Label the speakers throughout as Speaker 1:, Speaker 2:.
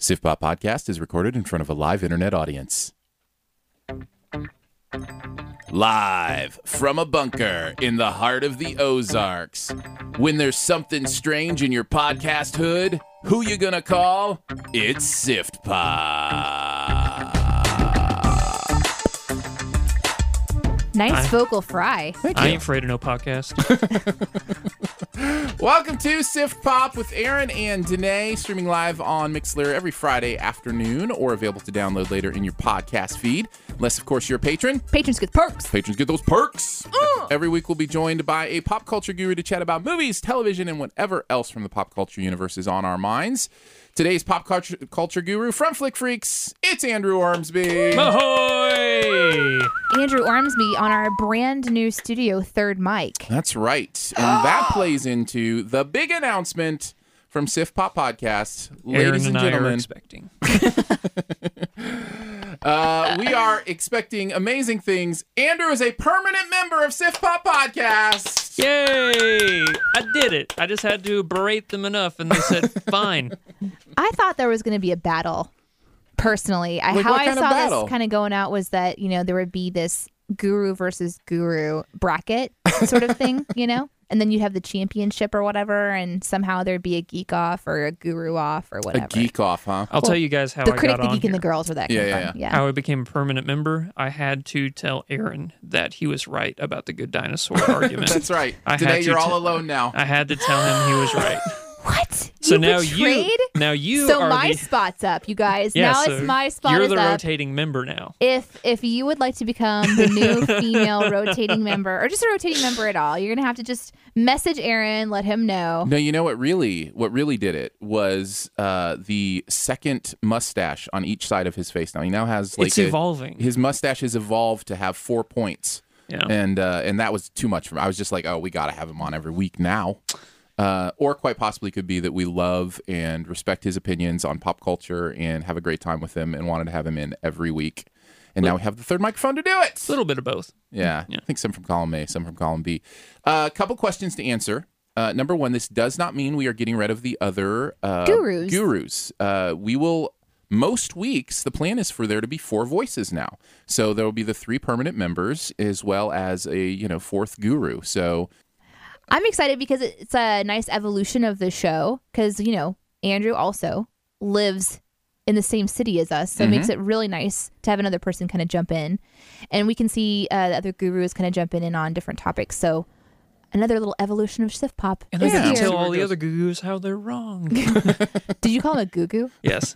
Speaker 1: SIFPOP podcast is recorded in front of a live internet audience. Live from a bunker in the heart of the Ozarks. When there's something strange in your podcast hood, who you gonna call? It's Sift Pop.
Speaker 2: Nice
Speaker 3: I-
Speaker 2: vocal fry.
Speaker 3: I ain't afraid of no podcast.
Speaker 1: Welcome to Sift Pop with Aaron and Danae, streaming live on Mixler every Friday afternoon or available to download later in your podcast feed. Unless, of course, you're a patron.
Speaker 2: Patrons get perks.
Speaker 1: Patrons get those perks.
Speaker 3: Mm.
Speaker 1: Every week, we'll be joined by a pop culture guru to chat about movies, television, and whatever else from the pop culture universe is on our minds. Today's pop culture, culture guru from Flick Freaks, it's Andrew Ormsby.
Speaker 3: Ahoy!
Speaker 2: Andrew Ormsby on our brand new studio third mic.
Speaker 1: That's right. And that plays into the big announcement from Sif Pop Podcast.
Speaker 3: Aaron
Speaker 1: Ladies
Speaker 3: and
Speaker 1: and
Speaker 3: I are
Speaker 1: gentlemen,
Speaker 3: expecting.
Speaker 1: uh, we are expecting amazing things. Andrew is a permanent member of Sif Pop Podcast.
Speaker 3: Yay! I did it. I just had to berate them enough, and they said, "Fine."
Speaker 2: I thought there was going to be a battle. Personally, I,
Speaker 1: Like,
Speaker 2: how
Speaker 1: what
Speaker 2: I
Speaker 1: kind of
Speaker 2: saw
Speaker 1: battle?
Speaker 2: this kind of going out was that you know there would be this guru versus guru bracket sort of thing, you know, and then you'd have the championship or whatever, and somehow there'd be a geek off or a guru off or whatever.
Speaker 1: A geek off, huh?
Speaker 3: I'll tell you guys how
Speaker 2: the
Speaker 3: I
Speaker 2: critic,
Speaker 3: got
Speaker 2: the
Speaker 3: on
Speaker 2: geek,
Speaker 3: here.
Speaker 2: and the girls were that.
Speaker 1: Yeah,
Speaker 2: came
Speaker 1: yeah,
Speaker 2: from.
Speaker 3: How I became a permanent member. I had to tell Aaron that he was right about the good dinosaur argument.
Speaker 1: That's right.
Speaker 3: I had
Speaker 1: Today
Speaker 3: to
Speaker 1: you're all
Speaker 3: tell-
Speaker 1: alone now.
Speaker 3: I had to tell him he was right.
Speaker 2: What?
Speaker 3: So
Speaker 2: you
Speaker 3: now
Speaker 2: betrayed?
Speaker 3: you, now you
Speaker 2: so
Speaker 3: are
Speaker 2: my
Speaker 3: the
Speaker 2: spot's up, you guys.
Speaker 3: yeah,
Speaker 2: now
Speaker 3: so
Speaker 2: it's my spot
Speaker 3: You're
Speaker 2: is
Speaker 3: the
Speaker 2: up.
Speaker 3: rotating member now.
Speaker 2: if if you would like to become the new female rotating member or just a rotating member at all you're gonna have to just message aaron let him know
Speaker 1: No, you know what really what really did it was uh, the second mustache on each side of his face. Now he now has like
Speaker 3: it's
Speaker 1: a-
Speaker 3: evolving.
Speaker 1: His mustache has evolved to have four points,
Speaker 3: yeah.
Speaker 1: and uh, and that was too much for me. I was just like, oh, we got to have him on every week now. Uh, or quite possibly could be that we love and respect his opinions on pop culture and have a great time with him and wanted to have him in every week. And now we have the third microphone to do it.
Speaker 3: a little bit of both.
Speaker 1: Yeah, I think some from column A, some from column B. A couple questions to answer. Uh, number one, this does not mean we are getting rid of the other uh,
Speaker 2: Gurus.
Speaker 1: Gurus. Uh, we will most weeks. The plan is for there to be four voices now. So there will be the three permanent members as well as a you know fourth guru. So
Speaker 2: i'm excited because it's a nice evolution of the show because you know andrew also lives in the same city as us so it makes it really nice to have another person kind of jump in and we can see uh, the other gurus kind of jumping in on different topics so another little evolution of shift pop
Speaker 3: And I
Speaker 2: is
Speaker 1: Yeah.
Speaker 3: got to
Speaker 2: here.
Speaker 3: tell all the other gurus how they're wrong.
Speaker 2: did you call him a goo goo
Speaker 3: Yes.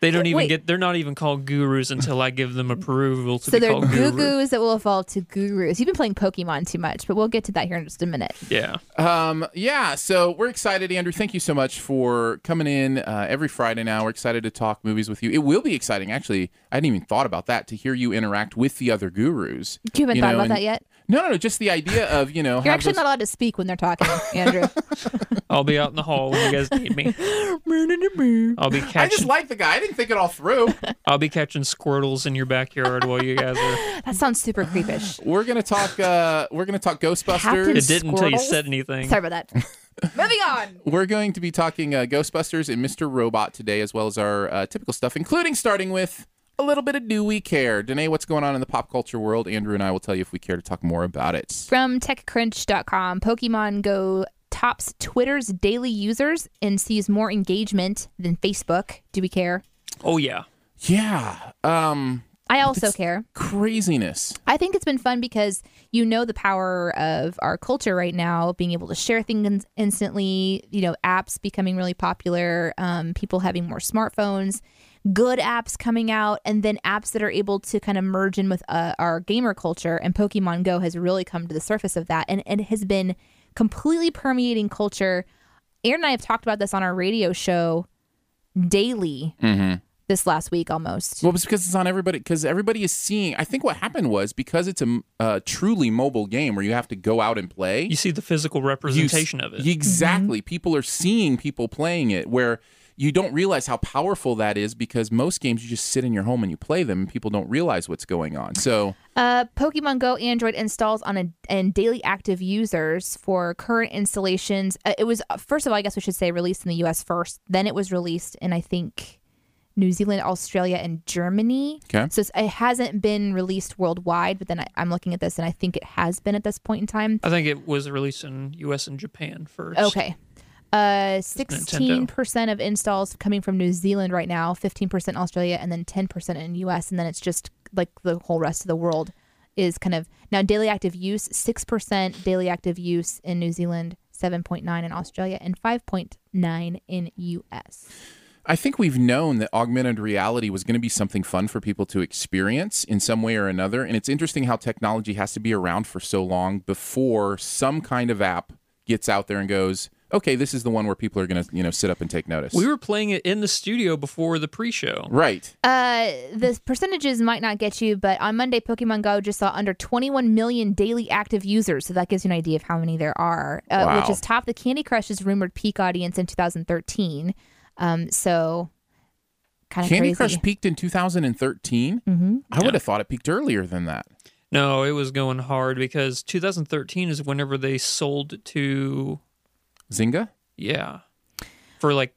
Speaker 3: they don't even
Speaker 2: Wait.
Speaker 3: get. They're not even called gurus until I give them approval to
Speaker 2: So
Speaker 3: be
Speaker 2: they're
Speaker 3: called
Speaker 2: goo
Speaker 3: guru.
Speaker 2: goos that will evolve to gurus. You've been playing Pokemon too much, but we'll get to that here in just a minute.
Speaker 3: Yeah.
Speaker 1: um, yeah, so we're excited, Andrew. Thank you so much for coming in uh, every Friday. Now we're excited to talk movies with you. It will be exciting, actually. I hadn't even thought about that to hear you interact with the other gurus.
Speaker 2: You haven't
Speaker 1: You
Speaker 2: thought
Speaker 1: know,
Speaker 2: about
Speaker 1: and-
Speaker 2: that yet?
Speaker 1: No, no, no. Just the idea of you know.
Speaker 2: You're
Speaker 1: have
Speaker 2: actually
Speaker 1: those-
Speaker 2: not allowed to speak when they're talking, Andrew.
Speaker 3: I'll be out in the hall when you guys need me. I'll be
Speaker 1: I just
Speaker 3: catching.
Speaker 1: like the guy. I didn't think it all through.
Speaker 3: I'll be catching squirtles in your backyard while you guys are.
Speaker 2: that sounds super creepish.
Speaker 1: we're gonna talk. Uh, we're gonna talk Ghostbusters.
Speaker 3: It didn't until you
Speaker 2: Squirtles?
Speaker 3: said anything.
Speaker 2: Sorry about that. Moving on.
Speaker 1: We're going to be talking uh, Ghostbusters and Mr. Robot today, as well as our uh, typical stuff, including starting with a little bit of Do We Care? Danae, what's going on in the pop culture world? Andrew and I will tell you if we care to talk more about it.
Speaker 2: From techcrunch.com, Pokemon Go t- tops Twitter's daily users and sees more engagement than Facebook. Do we care?
Speaker 3: Oh yeah.
Speaker 1: Yeah. Um,
Speaker 2: I also care.
Speaker 1: craziness.
Speaker 2: I think it's been fun because you know the power of our culture right now, being able to share things in- instantly, you know, apps becoming really popular, um, people having more smartphones, good apps coming out, and then apps that are able to kind of merge in with uh, our gamer culture. And Pokemon Go has really come to the surface of that. And it has been completely permeating culture. Aaron and I have talked about this on our radio show daily this last week almost.
Speaker 1: Well, it's because it's on everybody. Because everybody is seeing. I think what happened was because it's a uh, truly mobile game where you have to go out and play.
Speaker 3: You see the physical
Speaker 1: you s-
Speaker 3: representation of it.
Speaker 1: Exactly.
Speaker 3: Mm-hmm.
Speaker 1: People are seeing people playing it where you don't realize how powerful that is because most games you just sit in your home and you play them and people don't realize what's going on. So
Speaker 2: Uh, Pokemon Go Android installs on a, and daily active users for current installations. Uh, it was first of all, I guess we should say released in the U.S. first. Then it was released in I think New Zealand, Australia, and Germany.
Speaker 1: Okay.
Speaker 2: So it's, it hasn't been released worldwide. But then I, I'm looking at this and I think it has been at this point in time.
Speaker 3: I think it was released in U.S. and Japan first.
Speaker 2: Okay. Uh, sixteen percent of installs coming from New Zealand right now, fifteen percent Australia, and then ten percent in U.S. And then it's just like the whole rest of the world is kind of now daily active use six percent daily active use in New Zealand, seven point nine in Australia, and five point nine in U.S.
Speaker 1: I think we've known that augmented reality was going to be something fun for people to experience in some way or another. And it's interesting how technology has to be around for so long before some kind of app gets out there and goes, okay, this is the one where people are going to, you know, sit up and take notice.
Speaker 3: We were playing it in the studio before the pre-show.
Speaker 1: right.
Speaker 2: Uh, the percentages might not get you, but on Monday, Pokemon Go just saw under 21 million daily active users. So that gives you an idea of how many there are, uh,
Speaker 1: Wow.
Speaker 2: which is top the Candy Crush's rumored peak audience in 2013. Um, so kind of
Speaker 1: Candy
Speaker 2: crazy.
Speaker 1: Crush peaked in 2013.
Speaker 3: Mm-hmm.
Speaker 1: I would have thought it peaked earlier than that.
Speaker 3: No, it was going hard because 2013 is whenever they sold to
Speaker 1: Zynga?
Speaker 3: yeah for like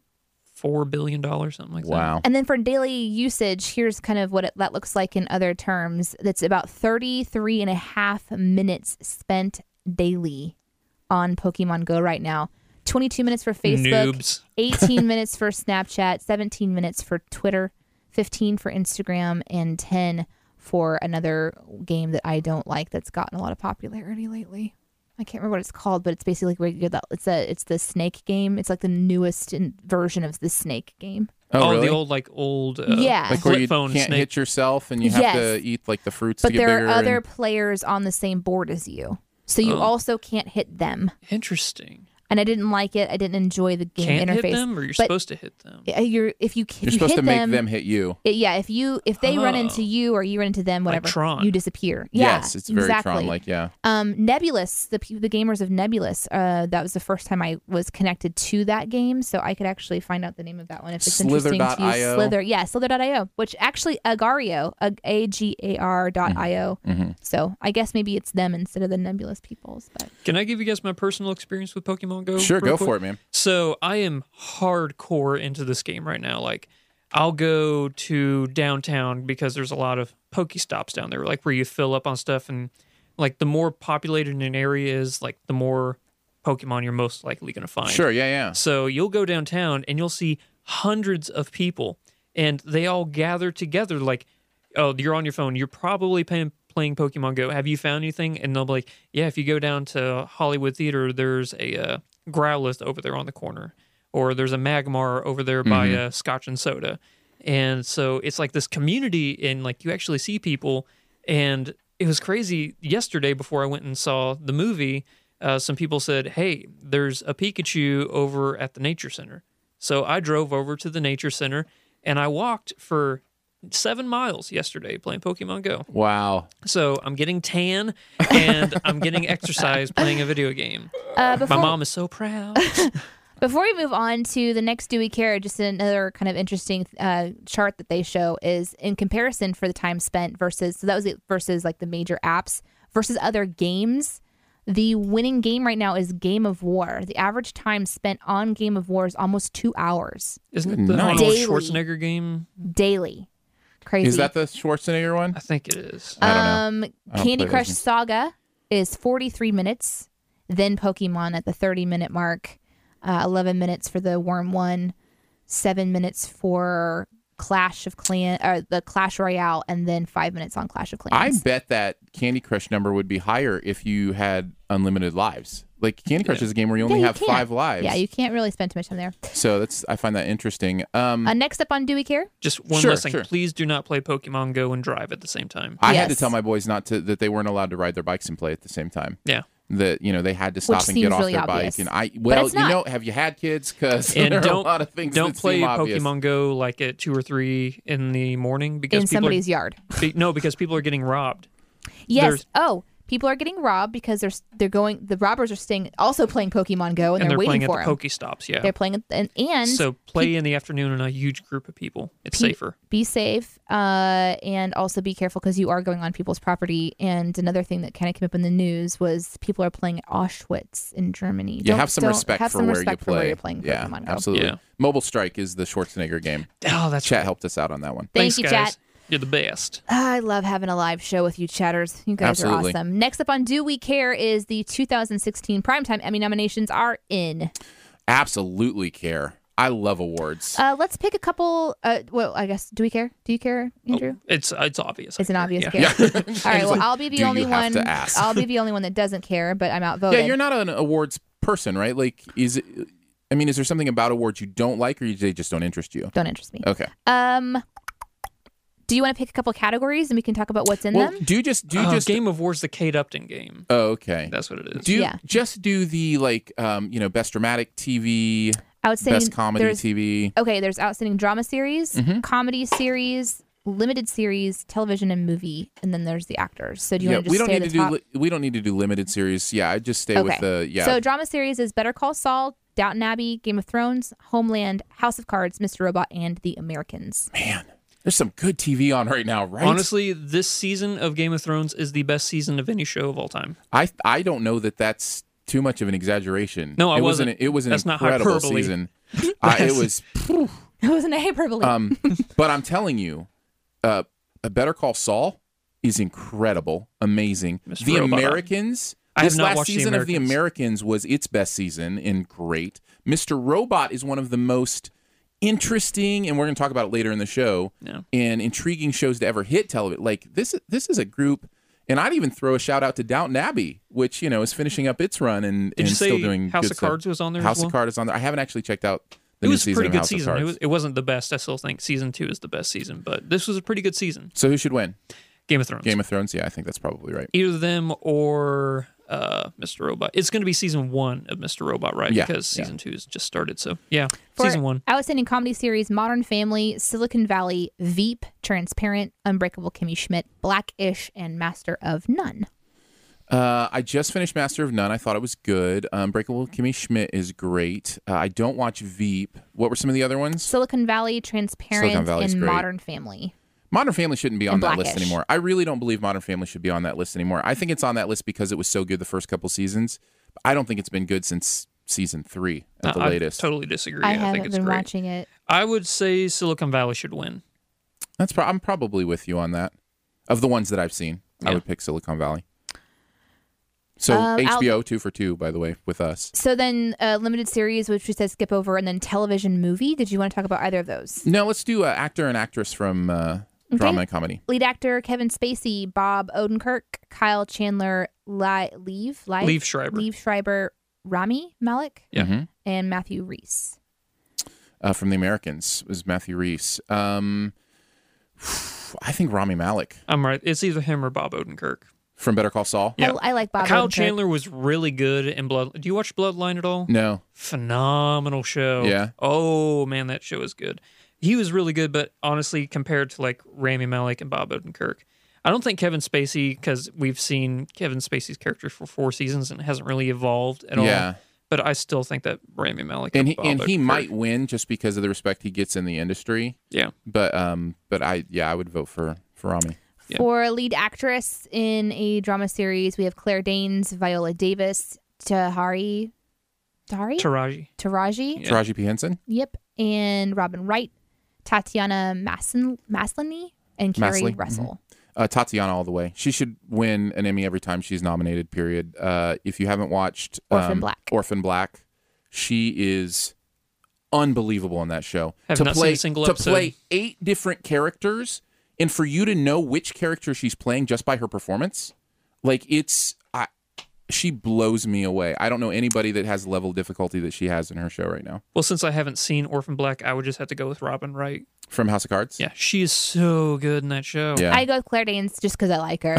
Speaker 3: four billion dollars something like that.
Speaker 1: Wow.
Speaker 2: and then for daily usage, here's kind of what it, that looks like in other terms. That's about 33 and a half minutes spent daily on Pokemon Go right now. 22 minutes for Facebook.
Speaker 3: Noobs.
Speaker 2: 18 minutes for Snapchat, 17 minutes for Twitter, 15 for Instagram, and 10 for another game that I don't like that's gotten a lot of popularity lately. I can't remember what it's called, but it's basically where you get that it's a it's the snake game. It's like the newest in, version of the snake game.
Speaker 1: Oh, really?
Speaker 3: the old like old uh,
Speaker 2: Yeah.
Speaker 1: like where
Speaker 3: flip
Speaker 1: you
Speaker 3: phone
Speaker 1: can't
Speaker 3: snake.
Speaker 1: hit yourself and you have
Speaker 2: Yes.
Speaker 1: to eat like the fruits
Speaker 2: But
Speaker 1: to get
Speaker 2: there
Speaker 1: bigger.
Speaker 2: are other
Speaker 1: and-
Speaker 2: players on the same board as you. So you
Speaker 3: Oh.
Speaker 2: also can't hit them.
Speaker 3: Interesting.
Speaker 2: And I didn't like it. I didn't enjoy the game
Speaker 3: Can't
Speaker 2: interface.
Speaker 3: hit them, or you're
Speaker 2: but
Speaker 3: supposed to hit them.
Speaker 2: uh, you're if you if
Speaker 1: you're
Speaker 2: you
Speaker 1: supposed
Speaker 2: hit
Speaker 1: to make them,
Speaker 2: them
Speaker 1: hit you.
Speaker 2: It- yeah, if you if they run
Speaker 3: Oh.
Speaker 2: into you or you run into them,
Speaker 3: Like
Speaker 2: whatever,
Speaker 3: Tron.
Speaker 2: you disappear. Yeah,
Speaker 1: yes, it's very
Speaker 2: exactly.
Speaker 1: Tron like, yeah.
Speaker 2: um, Nebulous, the pe- the gamers of Nebulous, uh, that was the first time I was connected to that game, so I could actually find out the name of that one if it's interesting to you.
Speaker 1: Slither.io.
Speaker 2: Slither, yeah, Slither.io, which actually Agario, Ag- a g a r
Speaker 3: Mm-hmm.
Speaker 2: dot i o. So I guess maybe it's them instead of the Nebulous peoples, but
Speaker 3: Can I give you guys my personal experience with Pokemon Go?
Speaker 1: Sure, go
Speaker 3: real quick?
Speaker 1: for it, man.
Speaker 3: So I am hardcore into this game right now. Like, I'll go to downtown because there's a lot of Pokestops down there, like where you fill up on stuff. And like, the more populated an area is, like, the more Pokemon you're most likely going to find.
Speaker 1: Sure, yeah, yeah.
Speaker 3: So you'll go downtown and you'll see hundreds of people, and they all gather together. Like, oh, you're on your phone. You're probably playing, playing Pokemon Go. Have you found anything? And they'll be like, yeah. If you go down to Hollywood Theater, there's a uh, Growlithe over there on the corner, or there's a Magmar over there by uh, Scotch and Soda. And so it's like this community, and like you actually see people. And it was crazy yesterday before I went and saw the movie. Uh, some people said, Hey, there's a Pikachu over at the Nature Center. So I drove over to the Nature Center and I walked for seven miles yesterday playing Pokemon Go.
Speaker 1: Wow.
Speaker 3: So I'm getting tan and I'm getting exercise playing a video game.
Speaker 2: uh, before
Speaker 3: My mom is so proud.
Speaker 2: Before we move on to the next Do We Care, just another kind of interesting uh, chart that they show is in comparison for the time spent versus, so that was it versus like the major apps versus other games. The winning game right now is Game of War. The average time spent on Game of War is almost two hours
Speaker 3: Isn't it the
Speaker 1: Nice.
Speaker 3: Arnold
Speaker 2: Daily.
Speaker 3: Schwarzenegger game?
Speaker 2: daily. Crazy.
Speaker 1: Is that the Schwarzenegger one?
Speaker 3: I think it is.
Speaker 1: I don't know.
Speaker 2: um,
Speaker 1: I don't
Speaker 2: Candy
Speaker 1: play those
Speaker 2: Crush
Speaker 1: games.
Speaker 2: Saga is 43 minutes. then Pokemon at the 30 minute mark, uh, 11 minutes for the Worm one, seven minutes for Clash of Clan or the Clash Royale, and then five minutes on Clash of
Speaker 1: I
Speaker 2: Clans.
Speaker 1: bet that Candy Crush number would be higher if you had unlimited lives. Like Candy Crush is a game where you only
Speaker 2: you
Speaker 1: have
Speaker 2: can't.
Speaker 1: five lives.
Speaker 2: yeah, you can't really spend too much time there.
Speaker 1: so that's I find that interesting. Um,
Speaker 2: Uh, next up on Do We Care?
Speaker 3: Just one
Speaker 1: Sure,
Speaker 3: last thing.
Speaker 1: sure.
Speaker 3: Please do not play Pokemon Go and Drive at the same time.
Speaker 1: I had to
Speaker 2: Yes.
Speaker 1: tell my boys not to that they weren't allowed to ride their bikes and play at the same time.
Speaker 3: Yeah.
Speaker 1: That you know they had to stop and
Speaker 2: seems
Speaker 1: get off
Speaker 2: really
Speaker 1: their
Speaker 2: obvious.
Speaker 1: bike. And I well,
Speaker 2: it's
Speaker 1: you
Speaker 2: not.
Speaker 1: know, have you had kids? Because
Speaker 3: And
Speaker 1: there are a
Speaker 3: don't-
Speaker 1: lot of things
Speaker 3: Don't
Speaker 1: that
Speaker 3: play
Speaker 1: seem obvious.
Speaker 3: Pokemon Go like at two or three in the morning because
Speaker 2: in
Speaker 3: people
Speaker 2: somebody's yard.
Speaker 3: are, be- no because people are getting robbed.
Speaker 2: Yes.
Speaker 3: There's-
Speaker 2: oh, people are getting robbed because they're they're going. The robbers are staying also playing Pokemon Go and,
Speaker 3: and
Speaker 2: they're,
Speaker 3: they're,
Speaker 2: waiting
Speaker 3: playing
Speaker 2: for
Speaker 3: at
Speaker 2: them.
Speaker 3: the Pokestops. Yeah.
Speaker 2: they're playing at- and and
Speaker 3: so play in the afternoon in a huge group of people. It's
Speaker 2: pe-
Speaker 3: safer.
Speaker 2: Be safe, uh, and also be careful because you are going on people's property. And another thing that kind of came up in the news was people are playing at Auschwitz in Germany.
Speaker 1: Yeah,
Speaker 2: Don't-
Speaker 1: have some
Speaker 2: don't-
Speaker 1: respect
Speaker 2: have
Speaker 1: for
Speaker 2: some
Speaker 1: where
Speaker 2: respect
Speaker 1: you
Speaker 2: for
Speaker 1: play.
Speaker 2: where you're playing
Speaker 1: yeah,
Speaker 2: Pokemon Go.
Speaker 1: absolutely.
Speaker 3: Yeah.
Speaker 1: Mobile Strike is the Schwarzenegger game.
Speaker 3: Oh, that's
Speaker 1: Chat
Speaker 3: right.
Speaker 1: helped us out on that one.
Speaker 2: Thank
Speaker 3: Thanks,
Speaker 2: you,
Speaker 3: guys.
Speaker 2: chat. Ah,
Speaker 3: You're the best.
Speaker 2: I love having a live show with you chatters. You guys
Speaker 1: Absolutely.
Speaker 2: are awesome. Next up on Do We Care is the 2016 Primetime Emmy nominations are in.
Speaker 1: Absolutely care. I love awards.
Speaker 2: Uh, let's pick a couple. Uh, well, I guess. Do we care? Do you care, Andrew?
Speaker 3: It's it's obvious.
Speaker 2: It's an obvious
Speaker 3: Yeah.
Speaker 2: care. All right.
Speaker 1: Oh. It's
Speaker 2: Well,
Speaker 1: like,
Speaker 2: I'll be the
Speaker 1: do
Speaker 2: only
Speaker 1: you have
Speaker 2: one.
Speaker 1: to ask?
Speaker 2: I'll be the only one that doesn't care, but I'm outvoted.
Speaker 1: yeah, you're not an awards person, right? Like, is it? I mean, is there something about awards you don't like, or they just don't interest you?
Speaker 2: Don't interest me.
Speaker 1: Okay.
Speaker 2: Um, do you want to pick a couple categories and we can talk about what's in
Speaker 1: Well,
Speaker 2: them?
Speaker 1: do you just do you
Speaker 3: Uh,
Speaker 1: just?
Speaker 3: Game of War's the Kate Upton game.
Speaker 1: oh, okay.
Speaker 3: That's what it is.
Speaker 1: Do you
Speaker 2: Yeah.
Speaker 1: just do the like, um, you know, best dramatic TV,
Speaker 2: I would say
Speaker 1: best comedy Mm-hmm.
Speaker 2: there's
Speaker 1: TV.
Speaker 2: okay. There's outstanding drama series, comedy series, limited series, television, and movie, and then there's the actors. So do you
Speaker 1: yeah,
Speaker 2: want to
Speaker 1: we
Speaker 2: just
Speaker 1: don't
Speaker 2: stay
Speaker 1: need to
Speaker 2: at the top?
Speaker 1: do li- we don't need to do limited series. Yeah, I just stay with the yeah.
Speaker 2: So drama series is Better Call Saul, Downton Abbey, Game of Thrones, Homeland, House of Cards, Mr. Robot, and The Americans.
Speaker 1: Man, there's some good TV on right now, right?
Speaker 3: Honestly, this season of Game of Thrones is the best season of any show of all time.
Speaker 1: I I don't know that that's too much of an exaggeration.
Speaker 3: No, I
Speaker 1: it was
Speaker 3: wasn't.
Speaker 1: An, it was an
Speaker 3: That's not
Speaker 1: incredible
Speaker 3: hyperbole.
Speaker 1: season. uh, it was,
Speaker 2: It was an hyperbole.
Speaker 1: um, but I'm telling you, uh, a Better Call Saul is incredible, amazing.
Speaker 3: Mr.
Speaker 1: The
Speaker 3: Robot.
Speaker 1: Americans.
Speaker 3: I have
Speaker 1: This
Speaker 3: not
Speaker 1: last
Speaker 3: watched The
Speaker 1: season of The Americans was its best season and great. Mr. Robot is one of the most interesting, and we're going to talk about it later in the show,
Speaker 3: Yeah.
Speaker 1: and intriguing shows to ever hit television. Like this, this is a group, and I'd even throw a shout out to Downton Abbey, which you know is finishing up its run and,
Speaker 3: Did
Speaker 1: and
Speaker 3: you
Speaker 1: still
Speaker 3: say
Speaker 1: doing
Speaker 3: House
Speaker 1: good
Speaker 3: of
Speaker 1: stuff.
Speaker 3: Cards was on there as
Speaker 1: House
Speaker 3: well?
Speaker 1: of Cards is on there. I haven't actually checked out the
Speaker 3: it
Speaker 1: new
Speaker 3: was a
Speaker 1: season
Speaker 3: pretty
Speaker 1: of
Speaker 3: good
Speaker 1: House of
Speaker 3: season. It,
Speaker 1: Cards.
Speaker 3: was, it wasn't the best. I still think season two is the best season, but this was a pretty good season.
Speaker 1: so who should win?
Speaker 3: Game of Thrones.
Speaker 1: Game of Thrones. Yeah, I think that's probably right.
Speaker 3: Either them or uh, Mr. Robot. It's going to be season one of Mr. Robot, right?
Speaker 1: Yeah,
Speaker 3: Because
Speaker 1: yeah.
Speaker 3: season two has just started. So yeah,
Speaker 2: For
Speaker 3: season one.
Speaker 2: Outstanding comedy series, Modern Family, Silicon Valley, Veep, Transparent, Unbreakable Kimmy Schmidt, Blackish, and Master of None.
Speaker 1: Uh, I just finished Master of None. I thought it was good. Um, Breakable Kimmy Schmidt is great. Uh, I don't watch Veep. What were some of the other ones?
Speaker 2: Silicon Valley, Transparent,
Speaker 1: Silicon Valley's
Speaker 2: and
Speaker 1: great.
Speaker 2: Modern Family.
Speaker 1: Modern Family shouldn't be on
Speaker 2: And
Speaker 1: that list
Speaker 2: Blackish.
Speaker 1: anymore. I really don't believe Modern Family should be on that list anymore. I think it's on that list because it was so good the first couple seasons. But I don't think it's been good since season three at the
Speaker 3: I, I
Speaker 1: latest.
Speaker 3: totally disagree.
Speaker 2: I
Speaker 3: I,
Speaker 2: haven't
Speaker 3: think it's
Speaker 2: been
Speaker 3: great.
Speaker 2: watching it.
Speaker 3: I would say Silicon Valley should win.
Speaker 1: That's pro- I'm probably with you on that. Of the ones that I've seen, I
Speaker 3: Yeah.
Speaker 1: would pick Silicon Valley. So
Speaker 2: Um, I'll-
Speaker 1: HBO two for two, by the way, with us.
Speaker 2: So then, uh, limited series, which we said skip over, and then television movie. Did you want to talk about either of those?
Speaker 1: No, let's do uh, actor and actress from uh, drama and comedy.
Speaker 2: Lead actor Kevin Spacey, Bob Odenkirk, Kyle Chandler, Li- Leave, Live,
Speaker 3: Liev Schreiber.
Speaker 2: Liev Schreiber, Rami Malik,
Speaker 3: Yeah.
Speaker 1: Mm-hmm.
Speaker 2: and Matthew Reese.
Speaker 1: uh, from the Americans was Matthew Reese. Um, I think Rami Malik
Speaker 3: I'm right. It's either him or Bob Odenkirk.
Speaker 1: from Better Call Saul.
Speaker 3: Yeah.
Speaker 2: I, I like Bob.
Speaker 3: Kyle
Speaker 2: Odenkirk.
Speaker 3: Chandler was really good in Blood. Do you watch Bloodline at all?
Speaker 1: No,
Speaker 3: Phenomenal show.
Speaker 1: Yeah.
Speaker 3: Oh man, that show is good. He was really good, but honestly, compared to like Rami Malek and Bob Odenkirk, I don't think Kevin Spacey because we've seen Kevin Spacey's character for four seasons and it hasn't really evolved at all.
Speaker 1: Yeah.
Speaker 3: But I still think that Rami Malek
Speaker 1: and he,
Speaker 3: Bob
Speaker 1: and he
Speaker 3: Odenkirk-
Speaker 1: might win just because of the respect he gets in the industry.
Speaker 3: Yeah.
Speaker 1: But um, but I yeah, I would vote for for Rami.
Speaker 3: Yeah.
Speaker 2: For lead actress in a drama series, we have Claire Danes, Viola Davis, Tahari, Tahari,
Speaker 3: Taraji.
Speaker 2: Taraji.
Speaker 3: Yeah.
Speaker 1: Taraji P Henson,
Speaker 2: Yep, and Robin Wright, Tatiana Masson- Maslany, and Carrie
Speaker 1: Maslany, mhm.
Speaker 2: Russell.
Speaker 1: Uh, Tatiana all the way. She should win an Emmy every time she's nominated. Period. Uh, if you haven't watched um,
Speaker 2: Orphan Black.
Speaker 1: Orphan Black, she is unbelievable on that show.
Speaker 3: Have
Speaker 1: to
Speaker 3: not seen
Speaker 1: play
Speaker 3: a single
Speaker 1: to
Speaker 3: episode.
Speaker 1: play eight different characters, and for you to know which character she's playing just by her performance, like it's I, she blows me away. I don't know anybody that has the level of difficulty that she has in her show right now.
Speaker 3: Well, since I haven't seen Orphan Black, I would just have to go with Robin Wright.
Speaker 1: From House of Cards.
Speaker 3: Yeah, she is so good in that show.
Speaker 1: Yeah.
Speaker 2: I go with Claire Danes just because I like her.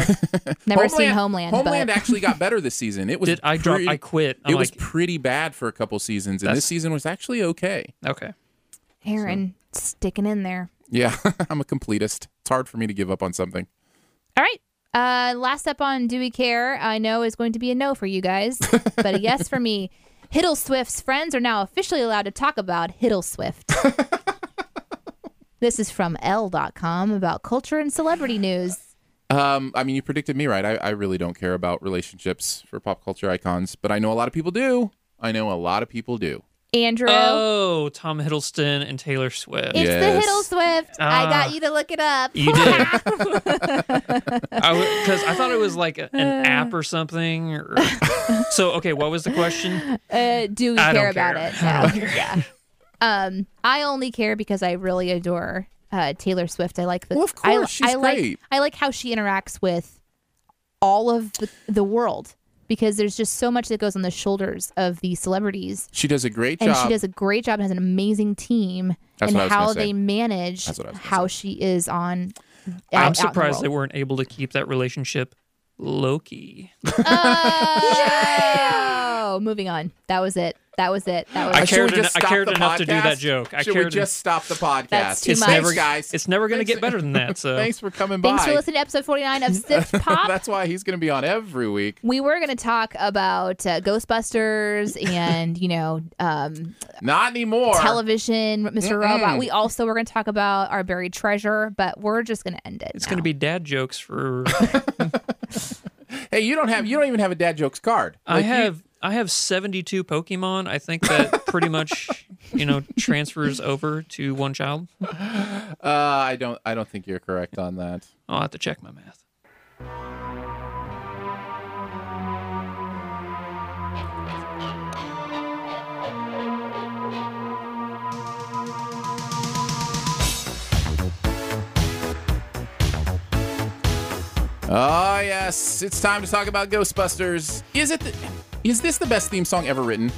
Speaker 2: Never seen Homeland.
Speaker 1: Homeland
Speaker 2: but
Speaker 1: actually got better this season. It was
Speaker 3: Did I drop?
Speaker 1: pretty,
Speaker 3: I quit.
Speaker 1: it
Speaker 3: I'm
Speaker 1: was
Speaker 3: like,
Speaker 1: pretty bad for a couple seasons, and this
Speaker 3: That's-
Speaker 1: season was actually okay.
Speaker 3: okay.
Speaker 2: Aaron sticking in there.
Speaker 1: Yeah, I'm a completist. It's hard for me to give up on something.
Speaker 2: All right. Uh, last up on Do We Care, I know is going to be a no for you guys, but a yes for me. Hiddle Swift's friends are now officially allowed to talk about Hiddle Swift. this is from L.com about culture and celebrity news.
Speaker 1: Um, I mean, you predicted me right. I, I really don't care about relationships for pop culture icons, but I know a lot of people do. I know a lot of people do.
Speaker 2: Andrew,
Speaker 3: Oh, Tom Hiddleston and Taylor Swift.
Speaker 2: it's
Speaker 1: yes.
Speaker 2: the Hiddle Swift. I
Speaker 3: Ah.
Speaker 2: got you to look it up.
Speaker 3: You did. Because I, thought it was like a-
Speaker 2: Uh.
Speaker 3: an app or something. or- so, okay, what was the question?
Speaker 2: Uh, do we
Speaker 3: I
Speaker 2: care
Speaker 3: don't
Speaker 2: about
Speaker 3: care.
Speaker 2: it? No. yeah. Um, I only care because I really adore uh, Taylor Swift. I like the.
Speaker 1: Well, of
Speaker 2: I-
Speaker 1: course, she's
Speaker 2: I like,
Speaker 1: great.
Speaker 2: I like how she interacts with all of the, the world because there's just so much that goes on the shoulders of the celebrities,
Speaker 1: She does a great
Speaker 2: and
Speaker 1: job.
Speaker 2: she does a great job. and Has an amazing team,
Speaker 1: That's
Speaker 2: and
Speaker 1: what I was
Speaker 2: how
Speaker 1: gonna say.
Speaker 2: they manage
Speaker 1: That's what I was gonna
Speaker 2: how she is on. uh,
Speaker 3: I'm surprised they weren't able to keep that relationship low key.
Speaker 2: Oh, moving on. That was it. That was it. That was
Speaker 3: I
Speaker 1: Uh,
Speaker 2: it.
Speaker 1: should we
Speaker 3: cared en-
Speaker 1: just
Speaker 3: I
Speaker 1: stop
Speaker 3: cared
Speaker 1: the
Speaker 3: enough to do that
Speaker 1: podcast?
Speaker 3: joke. I
Speaker 1: Should we
Speaker 3: cared en-
Speaker 1: just stop the podcast?
Speaker 2: That's too
Speaker 3: It's
Speaker 2: much.
Speaker 3: never,
Speaker 1: Thanks, guys.
Speaker 3: It's never going to
Speaker 1: Thanks.
Speaker 3: get better than that. So,
Speaker 1: Thanks for coming
Speaker 2: Thanks
Speaker 1: by.
Speaker 2: for listening to episode 49 of Sift Pop.
Speaker 1: That's why he's going to be on every week.
Speaker 2: we were going to talk about uh, Ghostbusters and, you know, um,
Speaker 1: Not anymore.
Speaker 2: television, mister
Speaker 1: Mm-mm.
Speaker 2: Robot. We also were going to talk about our buried treasure, but we're just going to end it.
Speaker 3: it's going to
Speaker 2: now.
Speaker 3: be dad jokes for.
Speaker 1: hey, you don't have you don't even have a dad jokes card.
Speaker 3: I
Speaker 1: Like, you-
Speaker 3: have. I have 72 Pokemon. I think that pretty much, you know, transfers over to one child.
Speaker 1: Uh, I don't. I don't think you're correct on that.
Speaker 3: I'll have to check my math.
Speaker 1: Oh yes, it's time to talk about Ghostbusters. Is it? The, is this the best theme song ever written,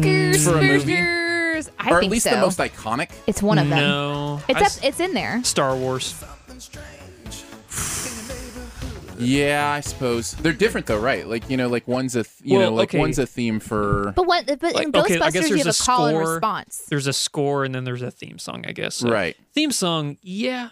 Speaker 2: Goose
Speaker 1: Mm-hmm. for a movie?
Speaker 2: Burgers. I
Speaker 1: or at
Speaker 2: think
Speaker 1: least
Speaker 2: so.
Speaker 1: the most iconic?
Speaker 2: it's one of them.
Speaker 3: No.
Speaker 2: It's
Speaker 3: I
Speaker 2: up,
Speaker 3: s-
Speaker 2: it's in there.
Speaker 3: Star Wars.
Speaker 1: Yeah, I suppose they're different though, right? Like you know, like one's a th- you
Speaker 3: Well,
Speaker 1: know, like
Speaker 3: okay.
Speaker 1: one's a theme for
Speaker 2: But what? But in
Speaker 3: Like, okay, I guess
Speaker 2: Ghostbusters, you have a
Speaker 3: there's a
Speaker 2: call and
Speaker 3: score.
Speaker 2: response.
Speaker 3: There's a score and then there's a theme song, I guess. So,
Speaker 1: right.
Speaker 3: Theme song, yeah,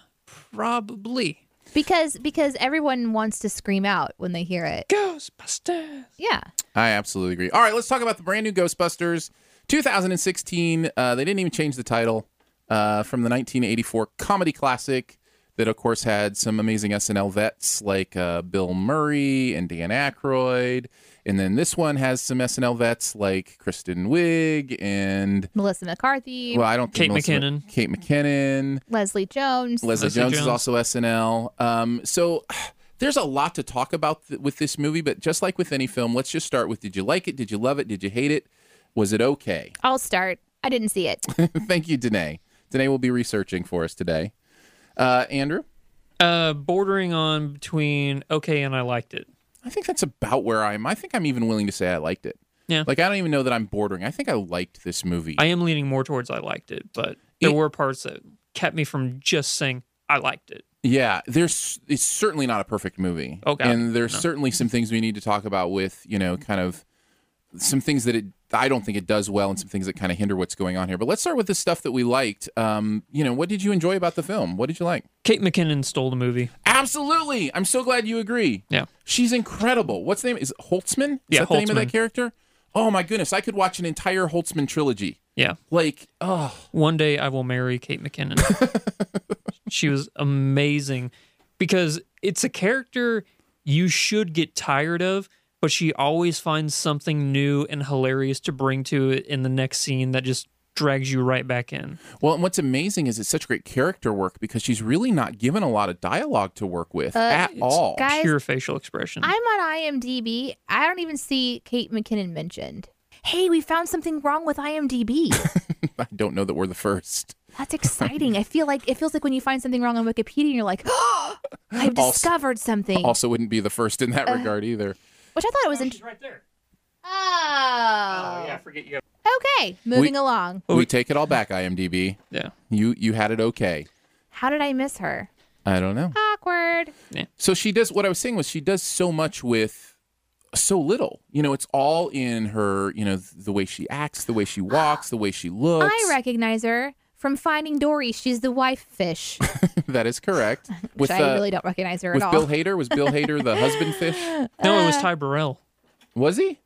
Speaker 3: probably.
Speaker 2: Because because everyone wants to scream out when they hear it.
Speaker 3: Ghostbusters.
Speaker 2: Yeah.
Speaker 1: I absolutely agree. All right, let's talk about the brand new Ghostbusters 2016. Uh, they didn't even change the title uh, from the 1984 comedy classic that, of course, had some amazing SNL vets like uh, Bill Murray and Dan Aykroyd. And then this one has some SNL vets like Kristen Wiig and,
Speaker 2: Melissa McCarthy,
Speaker 1: well, I don't think
Speaker 3: Kate
Speaker 1: Melissa-
Speaker 3: McKinnon.
Speaker 1: Kate McKinnon.
Speaker 2: Leslie Jones.
Speaker 1: Leslie,
Speaker 3: Leslie
Speaker 1: Jones, is
Speaker 3: Jones.
Speaker 1: also SNL. Um, so there's a lot to talk about th- with this movie, but just like with any film, let's just start with: Did you like it? Did you love it? Did you hate it? Was it okay?
Speaker 2: I'll start. I didn't see it.
Speaker 1: Thank you, Danae. Danae will be researching for us today. Uh, Andrew,
Speaker 3: Uh, bordering on between okay and I liked it.
Speaker 1: I think that's about where I'm. I think I'm even willing to say I liked it.
Speaker 3: Yeah.
Speaker 1: Like I don't even know that I'm bordering. I think I liked this movie.
Speaker 3: I am leaning more towards I liked it, but there
Speaker 1: It-
Speaker 3: were parts that kept me from just saying I liked it.
Speaker 1: Yeah, there's it's certainly not a perfect movie.
Speaker 3: Oh, God,
Speaker 1: and there's
Speaker 3: no.
Speaker 1: certainly some things we need to talk about with you know kind of some things that it I don't think it does well, and some things that kind of hinder what's going on here. But let's start with the stuff that we liked. Um, you know, what did you enjoy about the film? What did you like?
Speaker 3: Kate McKinnon stole the movie.
Speaker 1: Absolutely, I'm so glad you agree.
Speaker 3: Yeah.
Speaker 1: She's incredible. What's the name? Is it Holtzman? Is
Speaker 3: Yeah,
Speaker 1: that the name of that
Speaker 3: Holtzman.
Speaker 1: character? Oh my goodness, I could watch an entire Holtzman trilogy.
Speaker 3: Yeah.
Speaker 1: Like, oh,
Speaker 3: One day I will marry Kate McKinnon. she was amazing because it's a character you should get tired of, but she always finds something new and hilarious to bring to it in the next scene that just drags you right back in.
Speaker 1: Well, and what's amazing is it's such great character work because she's really not given a lot of dialogue to work with
Speaker 2: Uh,
Speaker 1: at all.
Speaker 2: Guys-
Speaker 3: Pure facial expression.
Speaker 2: I'm on IMDb. I don't even see Kate McKinnon mentioned. Hey, we found something wrong with IMDb.
Speaker 1: I don't know that we're the first.
Speaker 2: That's exciting. I feel like it feels like when you find something wrong on Wikipedia and you're like, oh, I've
Speaker 1: Also-
Speaker 2: discovered something.
Speaker 1: Also, wouldn't be the first in that
Speaker 2: Uh,
Speaker 1: regard either.
Speaker 2: Which I thought it was interesting.
Speaker 3: right there.
Speaker 2: Oh.
Speaker 3: forget you.
Speaker 2: Okay, moving along.
Speaker 1: we take it all back, IMDb.
Speaker 3: Yeah.
Speaker 1: You you had it okay.
Speaker 2: How did I miss her?
Speaker 1: I don't know.
Speaker 2: Awkward.
Speaker 1: So she does what I was saying was she does so much with so little. You know, it's all in her, you know, th- the way she acts, the way she walks, the way she looks.
Speaker 2: I recognize her from Finding Dory. She's the wife fish, which
Speaker 1: that is correct. With
Speaker 2: I
Speaker 1: uh,
Speaker 2: really don't recognize her at
Speaker 1: with
Speaker 2: all.
Speaker 1: Bill Hader, was Bill Hader the husband fish?
Speaker 3: No, it was Ty Burrell.
Speaker 1: Was he?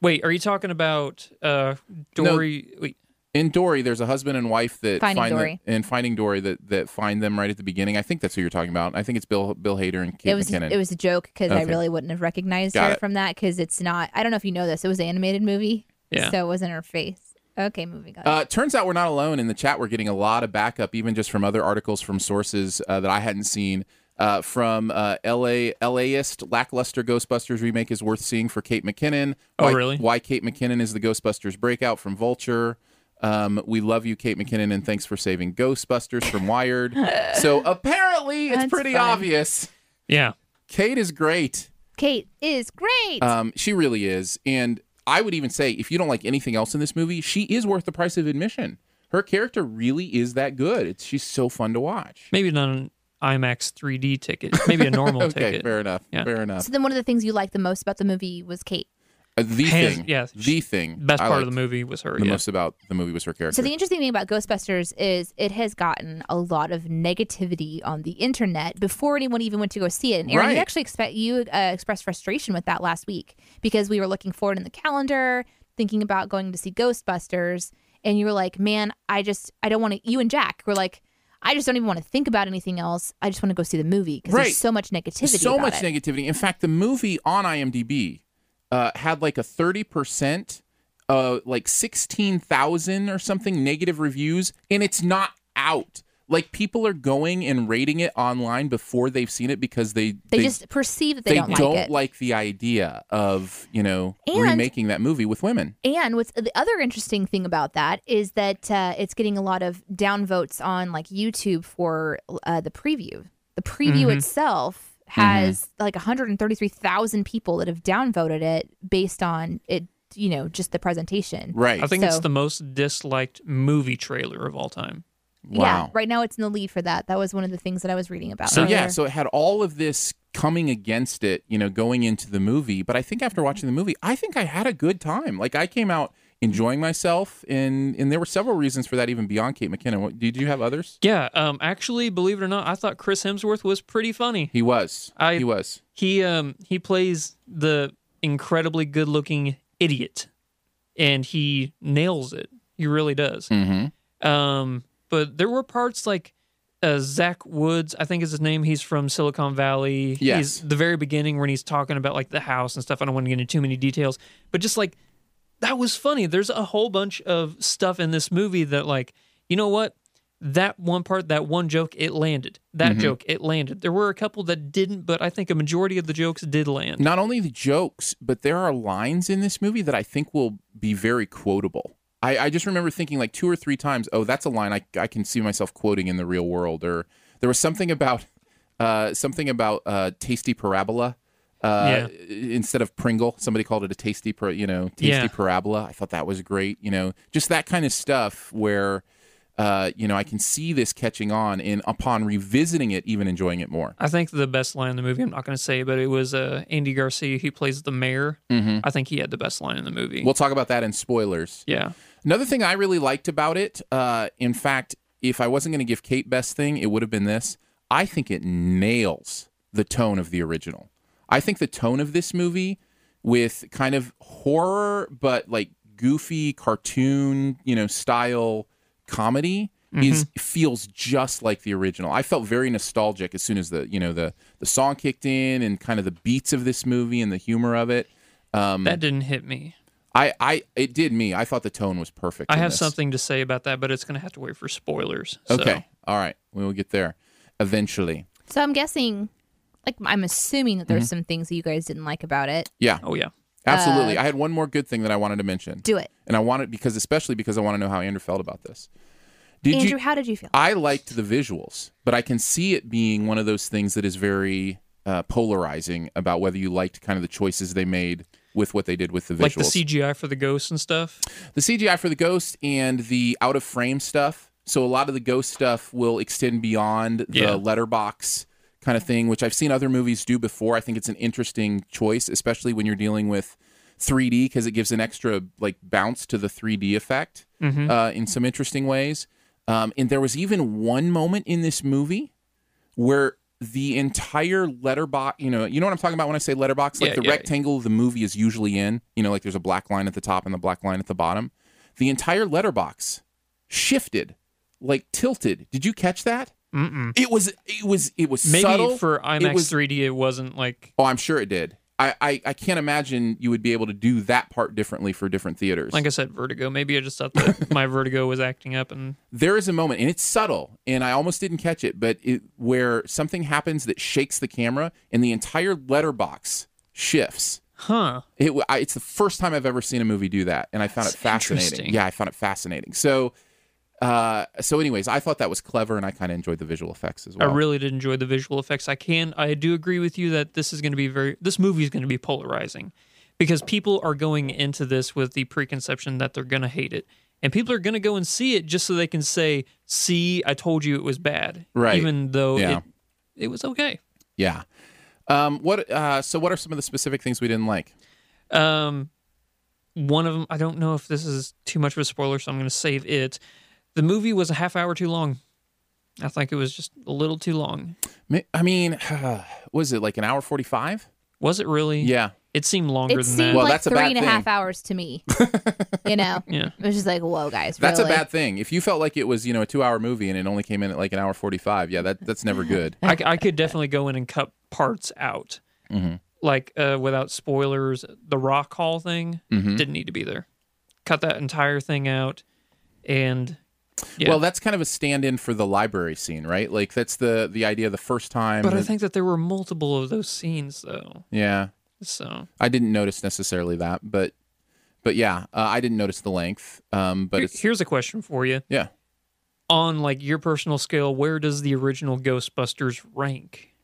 Speaker 3: Wait, are you talking about uh Dory? Wait,
Speaker 1: In Dory, there's a husband and wife that
Speaker 2: Finding
Speaker 1: find
Speaker 2: Dory.
Speaker 1: The, in Finding Dory that, that find them right at the beginning. I think that's who you're talking about. I think it's Bill Bill Hader and Kate
Speaker 2: it was
Speaker 1: McKinnon.
Speaker 2: it was a joke because I
Speaker 1: Okay.
Speaker 2: really wouldn't have recognized
Speaker 1: Got
Speaker 2: her
Speaker 1: it.
Speaker 2: from that because it's not. I don't know if you know this. It was an animated movie,
Speaker 3: Yeah.
Speaker 2: so it wasn't her face. Okay, moving on.
Speaker 1: Uh, turns out we're not alone in the chat. We're getting a lot of backup, even just from other articles from sources uh, that I hadn't seen. Uh, from uh, LA LAist, lackluster Ghostbusters remake is worth seeing for Kate McKinnon.
Speaker 3: Oh,
Speaker 1: Why-
Speaker 3: really?
Speaker 1: Why Kate McKinnon is the Ghostbusters breakout from Vulture. Um, we love you, Kate McKinnon, and thanks for saving Ghostbusters from Wired. So apparently, it's
Speaker 2: That's
Speaker 1: pretty
Speaker 2: fun.
Speaker 1: obvious.
Speaker 3: yeah.
Speaker 1: Kate is great.
Speaker 2: Kate is great.
Speaker 1: Um, she really is. And I would even say, if you don't like anything else in this movie, she is worth the price of admission. Her character really is that good. It's, she's so fun to watch.
Speaker 3: Maybe not an IMAX 3D ticket. Maybe a normal
Speaker 1: okay,
Speaker 3: ticket.
Speaker 1: fair enough.
Speaker 3: Yeah.
Speaker 1: Fair enough.
Speaker 2: so then, one of the things you liked the most about the movie was Kate.
Speaker 1: Uh, the
Speaker 3: Hands-
Speaker 1: thing,
Speaker 3: yeah,
Speaker 1: the thing.
Speaker 3: Best
Speaker 1: I
Speaker 3: part of the
Speaker 1: liked
Speaker 3: movie was her.
Speaker 1: The
Speaker 3: yeah.
Speaker 1: most about the movie was her character.
Speaker 2: So the interesting thing about Ghostbusters is it has gotten a lot of negativity on the internet before anyone even went to go see it. And Aaron,
Speaker 1: Right.
Speaker 2: you actually expect you uh, expressed frustration with that last week because we were looking forward in the calendar, thinking about going to see Ghostbusters, and you were like, "Man, I just I don't want to." You and Jack were like. I just don't even want to think about anything else. I just want to go see the movie because
Speaker 1: Right.
Speaker 2: there's so much negativity.
Speaker 1: so
Speaker 2: about
Speaker 1: much
Speaker 2: it.
Speaker 1: negativity. In fact, the movie on IMDb uh, had like a thirty percent, uh, like sixteen thousand or something negative reviews, and it's not out. Like people are going and rating it online before they've seen it because they
Speaker 2: they, just perceive that they,
Speaker 1: they
Speaker 2: don't, like it.
Speaker 1: the idea of you know
Speaker 2: And-
Speaker 1: remaking that movie with women.
Speaker 2: And what's the other interesting thing about that is that uh, it's getting a lot of downvotes on like YouTube for uh, the preview. The preview
Speaker 1: Mm-hmm.
Speaker 2: itself has like 133,000 people that have downvoted it based on it, you know, just the presentation.
Speaker 1: Right.
Speaker 3: I think it's
Speaker 2: So-
Speaker 3: the most disliked movie trailer of all time.
Speaker 1: Wow.
Speaker 2: Yeah. Right now it's in the lead for that. That was one of the things that I was reading about.
Speaker 1: So yeah,
Speaker 2: earlier.
Speaker 1: so it had all of this coming against it, you know, going into the movie. But I think after watching the movie, I think I had a good time. Like I came out enjoying myself, and and there were several reasons for that, even beyond Kate McKinnon. What, did you have others?
Speaker 3: Yeah. Um. Actually, believe it or not, I thought Chris Hemsworth was pretty funny.
Speaker 1: He was.
Speaker 3: I-
Speaker 1: he was.
Speaker 3: He um he plays the incredibly good-looking idiot, and he nails it. He really does.
Speaker 1: Mm-hmm.
Speaker 3: Um, but there were parts like uh, Zach Woods, I think is his name. He's from Silicon Valley.
Speaker 1: Yes.
Speaker 3: He's the very beginning when he's talking about like the house and stuff. I don't want to get into too many details, but just like that was funny. There's a whole bunch of stuff in this movie that like, you know what? That one part, that one joke, it landed. That joke, it landed. There were a couple that didn't, but I think a majority of the jokes did land.
Speaker 1: Not only the jokes, but there are lines in this movie that I think will be very quotable. I, I just remember thinking like two or three times, oh, that's a line I, I can see myself quoting in the real world. Or there was something about uh, something about uh, tasty parabola. Uh, Instead of Pringle, somebody called it a tasty, par- you know, tasty
Speaker 3: Yeah.
Speaker 1: parabola. I thought that was great. You know, just that kind of stuff where, uh, you know, I can see this catching on, and upon revisiting it, even enjoying it more.
Speaker 3: I think the best line in the movie, I'm not going to say, but it was uh, Andy Garcia. He plays the mayor. I think he had the best line in the movie.
Speaker 1: We'll talk about that in spoilers.
Speaker 3: yeah.
Speaker 1: Another thing I really liked about it, uh, in fact, if I wasn't going to give Kate best thing, it would have been this. I think it nails the tone of the original. I think the tone of this movie, with kind of horror but like goofy cartoon, you know, style comedy,
Speaker 3: Mm-hmm.
Speaker 1: is feels just like the original. I felt very nostalgic as soon as the you know the the song kicked in and kind of the beats of this movie and the humor of it. Um,
Speaker 3: That didn't hit me.
Speaker 1: I, I it did me. I thought the tone was perfect.
Speaker 3: I
Speaker 1: in
Speaker 3: have
Speaker 1: this.
Speaker 3: something to say about that, but it's going to have to wait for spoilers. So.
Speaker 1: Okay. All right. We will get there eventually.
Speaker 2: So I'm guessing, like, I'm assuming that
Speaker 1: Mm-hmm.
Speaker 2: there's some things that you guys didn't like about it.
Speaker 1: Yeah.
Speaker 3: Oh yeah.
Speaker 1: Absolutely. I had one more good thing that I wanted to mention.
Speaker 2: Do it,
Speaker 1: and I wanted because especially because I want to know how Andrew felt about this. Did
Speaker 2: Andrew.
Speaker 1: you
Speaker 2: how did you feel?
Speaker 1: I liked the visuals, but I can see it being one of those things that is very uh, polarizing about whether you liked kind of the choices they made with what they did with the visuals.
Speaker 3: Like the CGI for the ghosts and stuff.
Speaker 1: the CGI for the ghost and the out of frame stuff. So a lot of the ghost stuff will extend beyond
Speaker 3: Yeah.
Speaker 1: the letterbox kind of thing, which I've seen other movies do before. I think it's an interesting choice, especially when you're dealing with 3D, because it gives an extra like bounce to the 3D effect
Speaker 3: Mm-hmm.
Speaker 1: uh, in some interesting ways. Um, and there was even one moment in this movie where the entire letterbox, you know, you know what I'm talking about when I say letterbox, like
Speaker 3: Yeah,
Speaker 1: the
Speaker 3: yeah.
Speaker 1: rectangle the movie is usually in, you know, like there's a black line at the top and the black line at the bottom. The entire letterbox shifted, like tilted. Did you catch that?
Speaker 3: Mm-mm.
Speaker 1: It was, it was, it was
Speaker 3: Maybe
Speaker 1: subtle.
Speaker 3: for IMAX
Speaker 1: was-
Speaker 3: 3D, it wasn't like
Speaker 1: oh, I'm sure it did. I, I, I can't imagine you would be able to do that part differently for different theaters.
Speaker 3: like I said, Vertigo. Maybe I just thought that my Vertigo was acting up, and
Speaker 1: there is a moment and it's subtle and i almost didn't catch it but it, where something happens that shakes the camera and the entire letterbox shifts
Speaker 3: huh?
Speaker 1: it, w- I, it's the first time i've ever seen a movie do that and i found
Speaker 3: That's
Speaker 1: it fascinating
Speaker 3: interesting.
Speaker 1: yeah i found it fascinating so uh, so anyways i thought that was clever and i kind of enjoyed the visual effects as well
Speaker 3: I really did enjoy the visual effects. I can I do agree with you that this is going to be very this movie is going to be polarizing because people are going into this with the preconception that they're going to hate it. And people are going to go and see it just so they can say, "See, I told you it was bad."
Speaker 1: Right.
Speaker 3: Even though
Speaker 1: Yeah.
Speaker 3: it, it was okay.
Speaker 1: yeah um, what uh, so what are some of the specific things we didn't like
Speaker 3: Um, one of them, I don't know if this is too much of a spoiler, so I'm going to save it. The movie was a half hour too long. I think it was just a little too long.
Speaker 1: Ma- i mean was it like an hour 45
Speaker 3: Was it really?
Speaker 1: yeah
Speaker 3: It seemed longer
Speaker 2: It
Speaker 3: than
Speaker 2: seemed
Speaker 3: that.
Speaker 1: Well,
Speaker 2: like
Speaker 1: that's a
Speaker 2: three
Speaker 1: bad
Speaker 2: and a half
Speaker 1: thing.
Speaker 2: hours to me. you know,
Speaker 3: Yeah.
Speaker 2: it was just like, whoa, guys,
Speaker 1: That's
Speaker 2: really?
Speaker 1: a bad thing. If you felt like it was, you know, a two-hour movie and it only came in at like an hour forty-five, yeah, that that's never good.
Speaker 3: I, I could definitely go in and cut parts out.
Speaker 1: Mm-hmm.
Speaker 3: Like uh, without spoilers, the Rock Hall thing
Speaker 1: Mm-hmm.
Speaker 3: didn't need to be there. Cut that entire thing out, and yeah.
Speaker 1: Well, that's kind of a stand-in for the library scene, right? Like that's the the idea the first time.
Speaker 3: but I
Speaker 1: that-
Speaker 3: think that there were multiple of those scenes though.
Speaker 1: yeah,
Speaker 3: So
Speaker 1: I didn't notice necessarily that, but but yeah, uh, I didn't notice the length. Um, but
Speaker 3: Here-
Speaker 1: it's
Speaker 3: here's a question for you:
Speaker 1: yeah,
Speaker 3: on like your personal scale, where does the original Ghostbusters rank?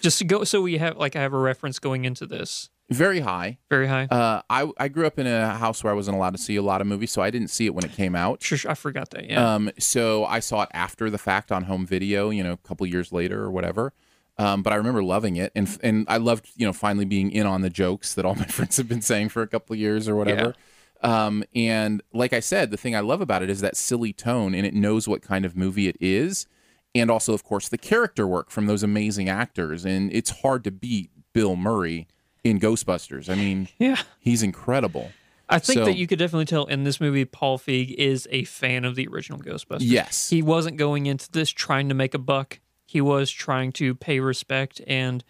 Speaker 3: Just to go so we have like I have a reference going into this.
Speaker 1: very high.
Speaker 3: Very high.
Speaker 1: Uh, I I grew up in a house where I wasn't allowed to see a lot of movies, so I didn't see it when it came out.
Speaker 3: Sure, sure, I forgot that. Yeah.
Speaker 1: Um, so I saw it after the fact on home video, you know, a couple years later or whatever. Um, but I remember loving it, and and I loved, you know, finally being in on the jokes that all my friends have been saying for a couple years or whatever. Um, and like I said, the thing I love about it is that silly tone, and it knows what kind of movie it is, and also, of course, the character work from those amazing actors. And it's hard to beat Bill Murray in Ghostbusters. I mean,
Speaker 3: yeah.
Speaker 1: he's incredible.
Speaker 3: I think
Speaker 1: So-
Speaker 3: that you could definitely tell in this movie, Paul Feig is a fan of the original Ghostbusters.
Speaker 1: Yes,
Speaker 3: He wasn't going into this trying to make a buck. He was trying to pay respect and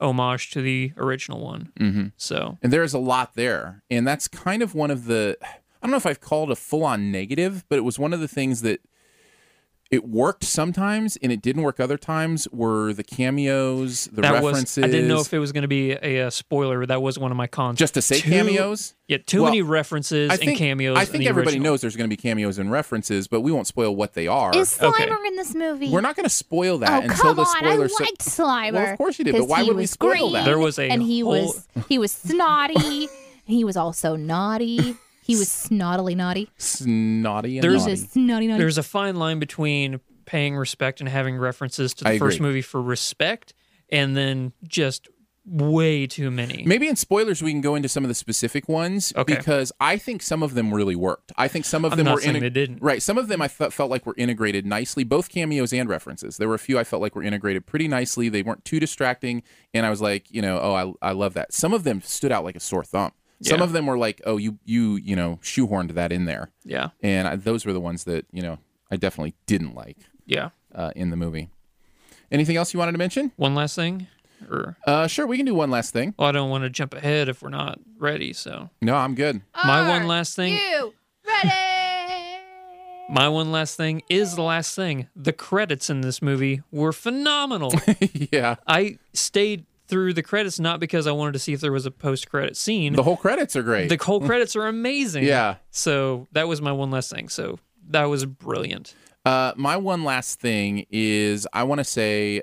Speaker 3: homage to the original one. Mm-hmm. So,
Speaker 1: And there's a lot there. And that's kind of one of the I don't know if I've called a full on negative, but it was one of the things that it worked sometimes and it didn't work other times were the cameos, the
Speaker 3: that
Speaker 1: references.
Speaker 3: was, I didn't know if it was going to be a, uh spoiler. That was one of my cons.
Speaker 1: just to say
Speaker 3: Too-
Speaker 1: cameos.
Speaker 3: Yeah, too
Speaker 1: Well,
Speaker 3: many references
Speaker 1: I think
Speaker 3: and cameos.
Speaker 1: I
Speaker 3: in
Speaker 1: think
Speaker 3: the
Speaker 1: everybody
Speaker 3: original.
Speaker 1: knows there's going to be cameos and references, but we won't spoil what they are.
Speaker 2: Is Slimer
Speaker 3: Okay.
Speaker 2: in this movie?
Speaker 1: We're not going to spoil
Speaker 2: Oh
Speaker 1: that until
Speaker 2: come
Speaker 1: the
Speaker 2: on! I
Speaker 1: spoiler. se-
Speaker 2: liked Slimer.
Speaker 1: Well, of course you did, but
Speaker 2: 'cause
Speaker 1: why
Speaker 2: he
Speaker 1: would we
Speaker 2: was
Speaker 1: spoil that?
Speaker 2: green,
Speaker 3: There was a
Speaker 2: and he
Speaker 3: whole-
Speaker 2: was he was snotty. he was also naughty. He was snottily naughty.
Speaker 1: snotty and
Speaker 3: There's
Speaker 1: naughty.
Speaker 2: He was just snotty naughty.
Speaker 3: There's a fine line between paying respect and having references to
Speaker 1: I
Speaker 3: the
Speaker 1: agree.
Speaker 3: first movie for respect and then just way too many.
Speaker 1: Maybe in spoilers we can go into some of the specific ones
Speaker 3: Okay.
Speaker 1: because I think some of them really worked. I think some of
Speaker 3: I'm
Speaker 1: them
Speaker 3: not
Speaker 1: were
Speaker 3: saying they didn't.
Speaker 1: right. Some of them I fe- felt like were integrated nicely, both cameos and references. There were a few I felt like were integrated pretty nicely. They weren't too distracting, and I was like, you know, oh, I I love that. Some of them stood out like a sore thumb. Some
Speaker 3: Yeah.
Speaker 1: of them were like, oh, you you you know shoehorned that in there,
Speaker 3: Yeah.
Speaker 1: and I, those were the ones that you know I definitely didn't like
Speaker 3: Yeah.
Speaker 1: uh, in the movie. Anything else you wanted to mention?
Speaker 3: One last thing. Or
Speaker 1: Uh, sure, we can do one last thing.
Speaker 3: well, I don't want to jump ahead if we're not ready. So
Speaker 1: No, I'm good.
Speaker 3: my
Speaker 2: Are
Speaker 3: one last thing.
Speaker 2: You ready?
Speaker 3: My one last thing is the last thing. The credits in this movie were phenomenal.
Speaker 1: yeah,
Speaker 3: I stayed through the credits not because I wanted to see if there was a post credit scene.
Speaker 1: the whole credits are great.
Speaker 3: The whole credits are amazing.
Speaker 1: Yeah.
Speaker 3: So that was my one last thing. So that was brilliant.
Speaker 1: Uh, my one last thing is I want to say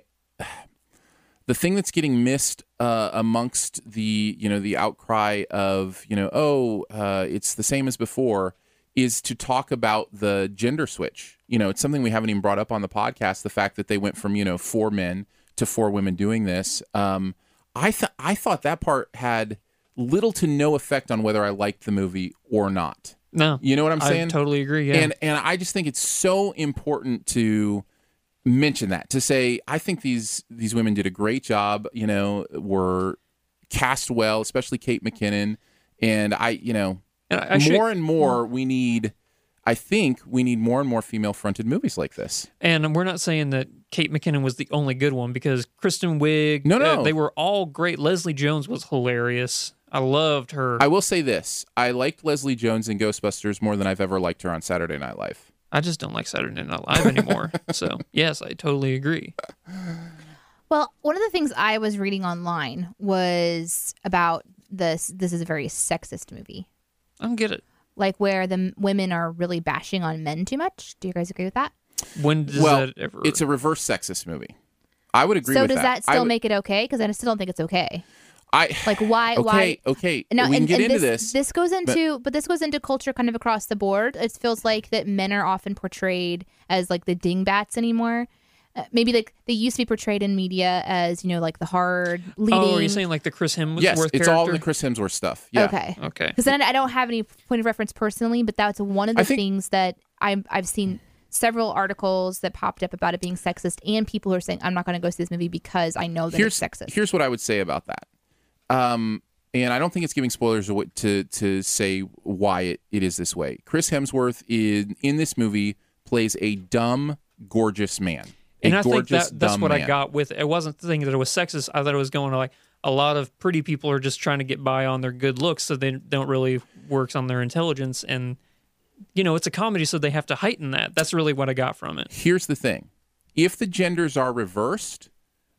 Speaker 1: the thing that's getting missed uh, amongst the you know the outcry of you know oh uh, it's the same as before is to talk about the gender switch. You know, it's something we haven't even brought up on the podcast. The fact that they went from you know four men to four women doing this. Um, I thought I thought that part had little to no effect on whether I liked the movie or not.
Speaker 3: No.
Speaker 1: You know what I'm
Speaker 3: I
Speaker 1: saying?
Speaker 3: totally agree. Yeah.
Speaker 1: And and I just think it's so important to mention that to say I think these these women did a great job. You know, were cast well, especially Kate McKinnon. And I, you know,
Speaker 3: And I, I should-
Speaker 1: more and
Speaker 3: Mm.
Speaker 1: more we need. I think we need more and more female fronted movies like this.
Speaker 3: And we're not saying that Kate McKinnon was the only good one because Kristen Wiig.
Speaker 1: No,
Speaker 3: uh,
Speaker 1: no.
Speaker 3: they were all great. Leslie Jones was hilarious. I loved her.
Speaker 1: I
Speaker 3: I,
Speaker 1: will say this: I liked Leslie Jones in Ghostbusters more than I've ever liked her on Saturday Night Live.
Speaker 3: just don't like Saturday Night Live anymore. so yes, I totally agree.
Speaker 2: Well, one of the things I was reading online was about this. This is a very sexist movie,
Speaker 3: I don't get it.
Speaker 2: like where the m- women are really bashing on men too much. Do you guys agree with that?
Speaker 3: When does
Speaker 1: well,
Speaker 3: that ever?
Speaker 1: it's a reverse sexist movie. I would agree
Speaker 2: so
Speaker 1: with
Speaker 2: does
Speaker 1: I
Speaker 2: that, still
Speaker 1: would-
Speaker 2: make it okay? Because I still don't think it's okay.
Speaker 1: I
Speaker 2: Like why?
Speaker 1: okay
Speaker 2: why?
Speaker 1: okay
Speaker 2: No,
Speaker 1: we
Speaker 2: and,
Speaker 1: can get
Speaker 2: and
Speaker 1: into
Speaker 2: this. goes into, but, this goes into culture kind of across the board. It feels like that men are often portrayed as like the dingbats anymore. Uh, maybe like they used to be portrayed in media as you know like the hard leading.
Speaker 3: oh, are you saying like the Chris Hemsworth
Speaker 1: yes,
Speaker 3: character?
Speaker 1: it's all in the Chris Hemsworth stuff. Yeah.
Speaker 2: Okay.
Speaker 3: Okay.
Speaker 2: Because then I don't have any point of reference personally, but that's one of
Speaker 1: I
Speaker 2: the
Speaker 1: think-
Speaker 2: things that I'm, I've seen several articles that popped up about it being sexist and people who are saying, I'm not going to go see this movie because I know that
Speaker 1: Here's
Speaker 2: it's sexist.
Speaker 1: here's what I would say about that. Um, and I don't think it's giving spoilers to to, to say why it, it is this way. Chris Hemsworth in in this movie plays a dumb, gorgeous man. A
Speaker 3: and I think
Speaker 1: gorgeous,
Speaker 3: that that's
Speaker 1: dumb
Speaker 3: what I
Speaker 1: man.
Speaker 3: got with it. Wasn't thinking that it was sexist. I thought it was going to like a lot of pretty people are just trying to get by on their good looks, so they don't really work on their intelligence. And you know, it's a comedy, so they have to heighten that. That's really what I got from it.
Speaker 1: Here's the thing: if the genders are reversed,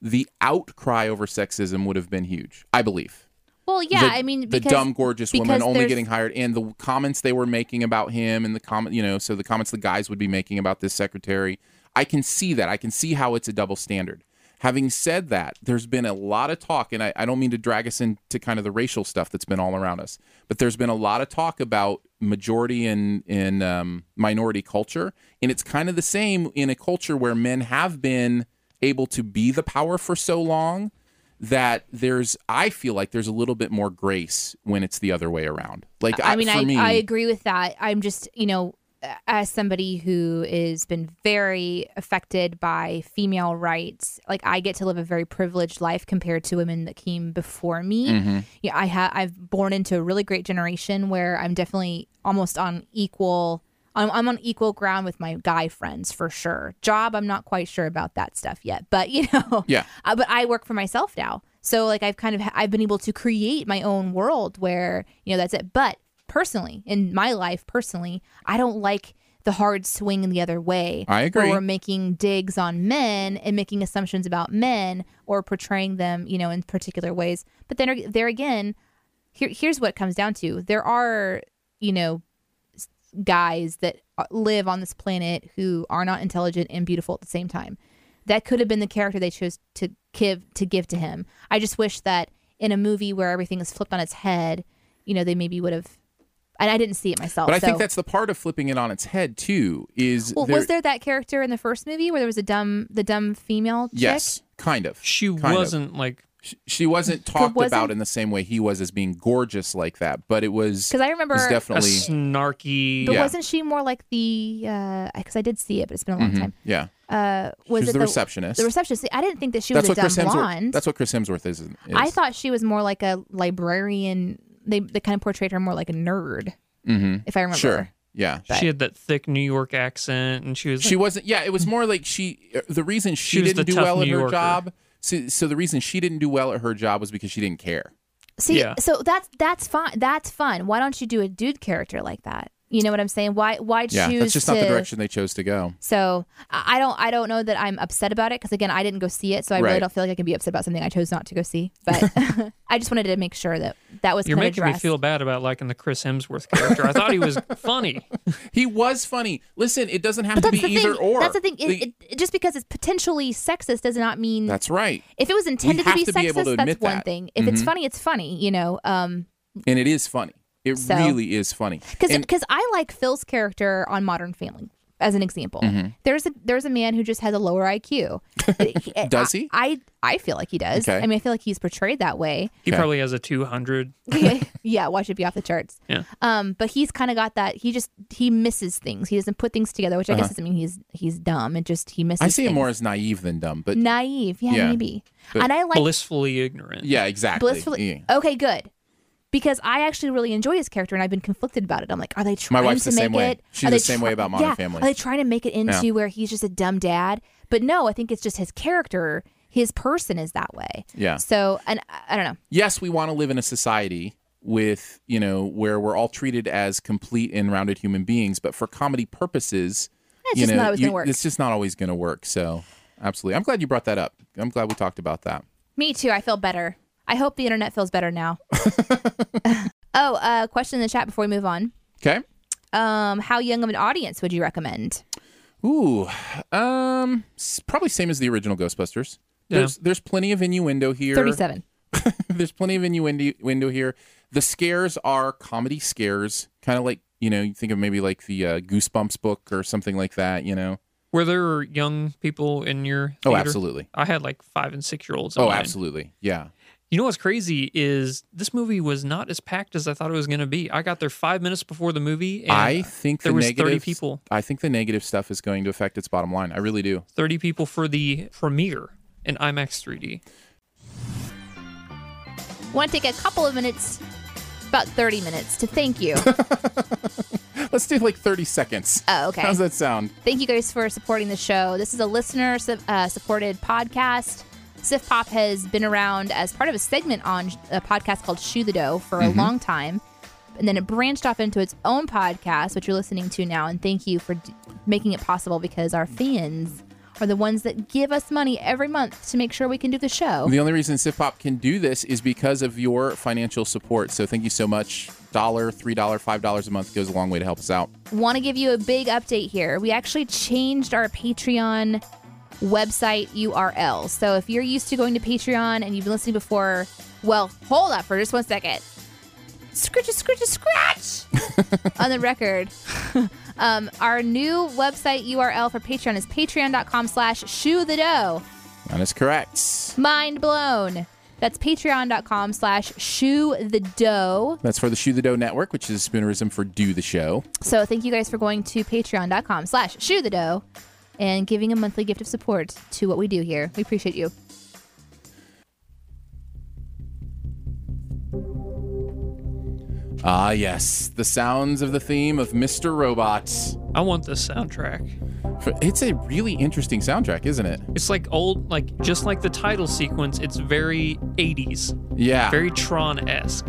Speaker 1: the outcry over sexism would have been huge. I believe.
Speaker 2: well, yeah,
Speaker 1: the,
Speaker 2: I mean,
Speaker 1: the
Speaker 2: because,
Speaker 1: dumb gorgeous woman
Speaker 2: because
Speaker 1: only
Speaker 2: there's-
Speaker 1: getting hired, and the comments they were making about him, and the comment, you know, so the comments the guys would be making about this secretary. I can see that. I can see how it's a double standard. Having said that, there's been a lot of talk, and I, I don't mean to drag us into kind of the racial stuff that's been all around us, but there's been a lot of talk about majority and in um, minority culture, and it's kind of the same in a culture where men have been able to be the power for so long that there's I feel like there's a little bit more grace when it's the other way around. Like I,
Speaker 2: I mean,
Speaker 1: for
Speaker 2: I,
Speaker 1: me,
Speaker 2: I agree with that. I'm just, you know, as somebody who has been very affected by female rights, like I get to live a very privileged life compared to women that came before me.
Speaker 1: Mm-hmm.
Speaker 2: Yeah, I have. I've born into a really great generation where I'm definitely almost on equal. I'm, I'm on equal ground with my guy friends for sure. Job, I'm not quite sure about that stuff yet, but you know,
Speaker 1: Yeah.
Speaker 2: uh, but I work for myself now. So like I've kind of I've been able to create my own world where you know that's it. But personally, in my life personally, I don't like the hard swing in the other way.
Speaker 1: I agree.
Speaker 2: Where we're making digs on men and making assumptions about men or portraying them, you know, in particular ways. But then ag- there again, here here's what it comes down to: there are you know s- guys that uh, live on this planet who are not intelligent and beautiful at the same time that could have been the character they chose to give to give to him. I just wish that in a movie where everything is flipped on its head, you know, they maybe would have. And I didn't see it myself.
Speaker 1: but I
Speaker 2: so.
Speaker 1: think that's the part of flipping it on its head too. Is
Speaker 2: Well,
Speaker 1: there,
Speaker 2: was there that character in the first movie where there was a dumb, the dumb female? Chick?
Speaker 1: yes, kind of.
Speaker 3: She
Speaker 1: kind of.
Speaker 3: wasn't like
Speaker 1: She, she wasn't talked
Speaker 2: wasn't-
Speaker 1: about in the same way he was as being gorgeous like that, but it was
Speaker 2: 'Cause I remember-
Speaker 1: it was
Speaker 3: a
Speaker 1: definitely
Speaker 3: snarky.
Speaker 2: But
Speaker 1: Yeah.
Speaker 2: wasn't she more like the? Because I did see it, but it's been a long time.
Speaker 1: yeah.
Speaker 2: Uh, was
Speaker 1: She's
Speaker 2: it
Speaker 1: Mm-hmm. the receptionist.
Speaker 2: The receptionist. See, I didn't think that she
Speaker 1: That's
Speaker 2: was
Speaker 1: what
Speaker 2: a
Speaker 1: Chris
Speaker 2: dumb
Speaker 1: Hemsworth.
Speaker 2: blonde.
Speaker 1: That's what Chris Hemsworth is. is.
Speaker 2: I thought she was more like a librarian. They they kind of portrayed her more like a nerd,
Speaker 1: hmm
Speaker 2: if I remember.
Speaker 1: Sure. Yeah.
Speaker 3: She had that thick New York accent, and she was.
Speaker 1: She wasn't. Yeah, it was more like she. The reason she,
Speaker 3: She was
Speaker 1: didn't
Speaker 3: the
Speaker 1: do
Speaker 3: tough
Speaker 1: well
Speaker 3: New
Speaker 1: at her
Speaker 3: Yorker.
Speaker 1: job So, so the reason she didn't do well at her job was because she didn't care.
Speaker 2: See,
Speaker 3: Yeah.
Speaker 2: so that's that's fine. That's fun. Why don't you do a dude character like that? You know what I'm saying? Why why
Speaker 1: Yeah,
Speaker 2: choose
Speaker 1: that's just
Speaker 2: to?
Speaker 1: not the direction they chose to go.
Speaker 2: So I I don't I don't know that I'm upset about it because again I didn't go see it, so I
Speaker 1: Right.
Speaker 2: really don't feel like I can be upset about something I chose not to go see. But I just wanted to make sure that that was
Speaker 3: You're
Speaker 2: kinda
Speaker 3: making me
Speaker 2: addressed.
Speaker 3: feel bad about liking the Chris Hemsworth character. I thought he was funny.
Speaker 1: He was funny. Listen, it doesn't have to
Speaker 2: But that's
Speaker 1: be
Speaker 2: the
Speaker 1: either
Speaker 2: thing.
Speaker 1: or.
Speaker 2: That's the thing. It,
Speaker 1: The-
Speaker 2: it, it- just because it's potentially sexist does not mean
Speaker 1: that's right.
Speaker 2: if it was intended to
Speaker 1: have
Speaker 2: be
Speaker 1: to
Speaker 2: sexist.
Speaker 1: be able to
Speaker 2: that's
Speaker 1: admit
Speaker 2: one
Speaker 1: that. Mm-hmm.
Speaker 2: thing. If it's funny, it's funny. You know, um,
Speaker 1: And it is funny. It
Speaker 2: So-
Speaker 1: really is funny.
Speaker 2: because
Speaker 1: And-
Speaker 2: because I like Phil's character on Modern Family as an example.
Speaker 1: Mm-hmm.
Speaker 2: There's a there's a man who just has a lower IQ. He-
Speaker 1: Does
Speaker 2: I-
Speaker 1: he?
Speaker 2: I I feel like he does.
Speaker 1: Okay.
Speaker 2: I mean, I feel like he's portrayed that way.
Speaker 3: He
Speaker 1: Okay.
Speaker 3: probably has a 200.
Speaker 2: yeah, why should it be off the charts?
Speaker 3: Yeah.
Speaker 2: Um, but he's kind of got that. He just he misses things. He doesn't put things together, which I guess doesn't mean he's he's dumb. It just he misses.
Speaker 1: Uh-huh. I see him
Speaker 2: things.
Speaker 1: more as naive than dumb, but
Speaker 2: naive. Yeah,
Speaker 1: Yeah.
Speaker 2: maybe.
Speaker 1: But
Speaker 2: and I like
Speaker 3: blissfully ignorant.
Speaker 1: yeah, exactly.
Speaker 2: blissfully.
Speaker 1: Yeah.
Speaker 2: Okay, good. Because I actually really enjoy his character, and I've been conflicted about it. I'm like, are they trying
Speaker 1: My wife's
Speaker 2: to
Speaker 1: the
Speaker 2: make
Speaker 1: same way.
Speaker 2: it?
Speaker 1: She's
Speaker 2: are they
Speaker 1: the same way about Modern
Speaker 2: yeah,
Speaker 1: Family.
Speaker 2: Are they trying to make it into
Speaker 1: Yeah.
Speaker 2: where he's just a dumb dad? But no, I think it's just his character. His person is that way.
Speaker 1: Yeah.
Speaker 2: So, and I, I don't know.
Speaker 1: Yes, we want to live in a society with, you know, where we're all treated as complete and rounded human beings, but for comedy purposes,
Speaker 2: It's
Speaker 1: you
Speaker 2: just
Speaker 1: know,
Speaker 2: not always
Speaker 1: you-
Speaker 2: gonna work.
Speaker 1: it's just not always going to work. So, absolutely. I'm glad you brought that up. I'm glad we talked about that.
Speaker 2: Me too. I feel better. I hope the internet feels better now. oh, uh, question in the chat before we move on.
Speaker 1: Okay?
Speaker 2: Um, how young of an audience would you recommend?
Speaker 1: Ooh, um, s- probably same as the original Ghostbusters.
Speaker 3: Yeah.
Speaker 1: There's there's plenty of innuendo here.
Speaker 2: Thirty-seven.
Speaker 1: There's plenty of innuendo window here. The scares are comedy scares, kind of like you know you think of maybe like the uh, Goosebumps book or something like that. You know?
Speaker 3: Were there young people in your
Speaker 1: Oh,
Speaker 3: theater?
Speaker 1: absolutely.
Speaker 3: I had like five and six year olds. in
Speaker 1: Oh,
Speaker 3: mine.
Speaker 1: absolutely. Yeah.
Speaker 3: You know what's crazy is this movie was not as packed as I thought it was going to be. I got there five minutes before the movie. And
Speaker 1: I think
Speaker 3: there
Speaker 1: the
Speaker 3: was
Speaker 1: negative.
Speaker 3: thirty people.
Speaker 1: I think the negative stuff is going to affect its bottom line. I really do.
Speaker 3: Thirty people for the premiere in IMAX 3D.
Speaker 2: want to take a couple of minutes, about 30 minutes, to thank you.
Speaker 1: Let's do like 30 seconds.
Speaker 2: Oh, okay.
Speaker 1: How's that sound?
Speaker 2: thank you guys for supporting the show. This is a listener su- uh, supported podcast. Sif Pop has been around as part of a segment on a podcast called Shoe the Dough for a long time. And then it branched off into its own podcast, which you're listening to now. And thank you for d- making it possible because our fans are the ones that give us money every month to make sure we can do the show.
Speaker 1: The only reason Sip Pop can do this is because of your financial support. So thank you so much. Dollar, three dollar, five dollars a month goes a long way to help us out.
Speaker 2: want to give you a big update here. We actually changed our Patreon website URL. So if you're used to going to Patreon and you've been listening before, well, hold up for just one second. Scratch, scratch, scratch on the record. um, our new website URL for Patreon is patreon.com slash shoe the dough.
Speaker 1: That is correct.
Speaker 2: Mind blown. That's patreon.com slash shoe the dough.
Speaker 1: That's for the Shoe the Dough Network, which is spoonerism for Do the Show.
Speaker 2: So thank you guys for going to patreon.com slash shoe the dough and giving a monthly gift of support to what we do here. We appreciate you.
Speaker 1: Ah, yes, the sounds of the theme of Mr. Robot.
Speaker 3: I want this soundtrack.
Speaker 1: It's a really interesting soundtrack, isn't it?
Speaker 3: It's like old, like just like the title sequence. It's very 80s,
Speaker 1: Yeah.
Speaker 3: very Tron esque.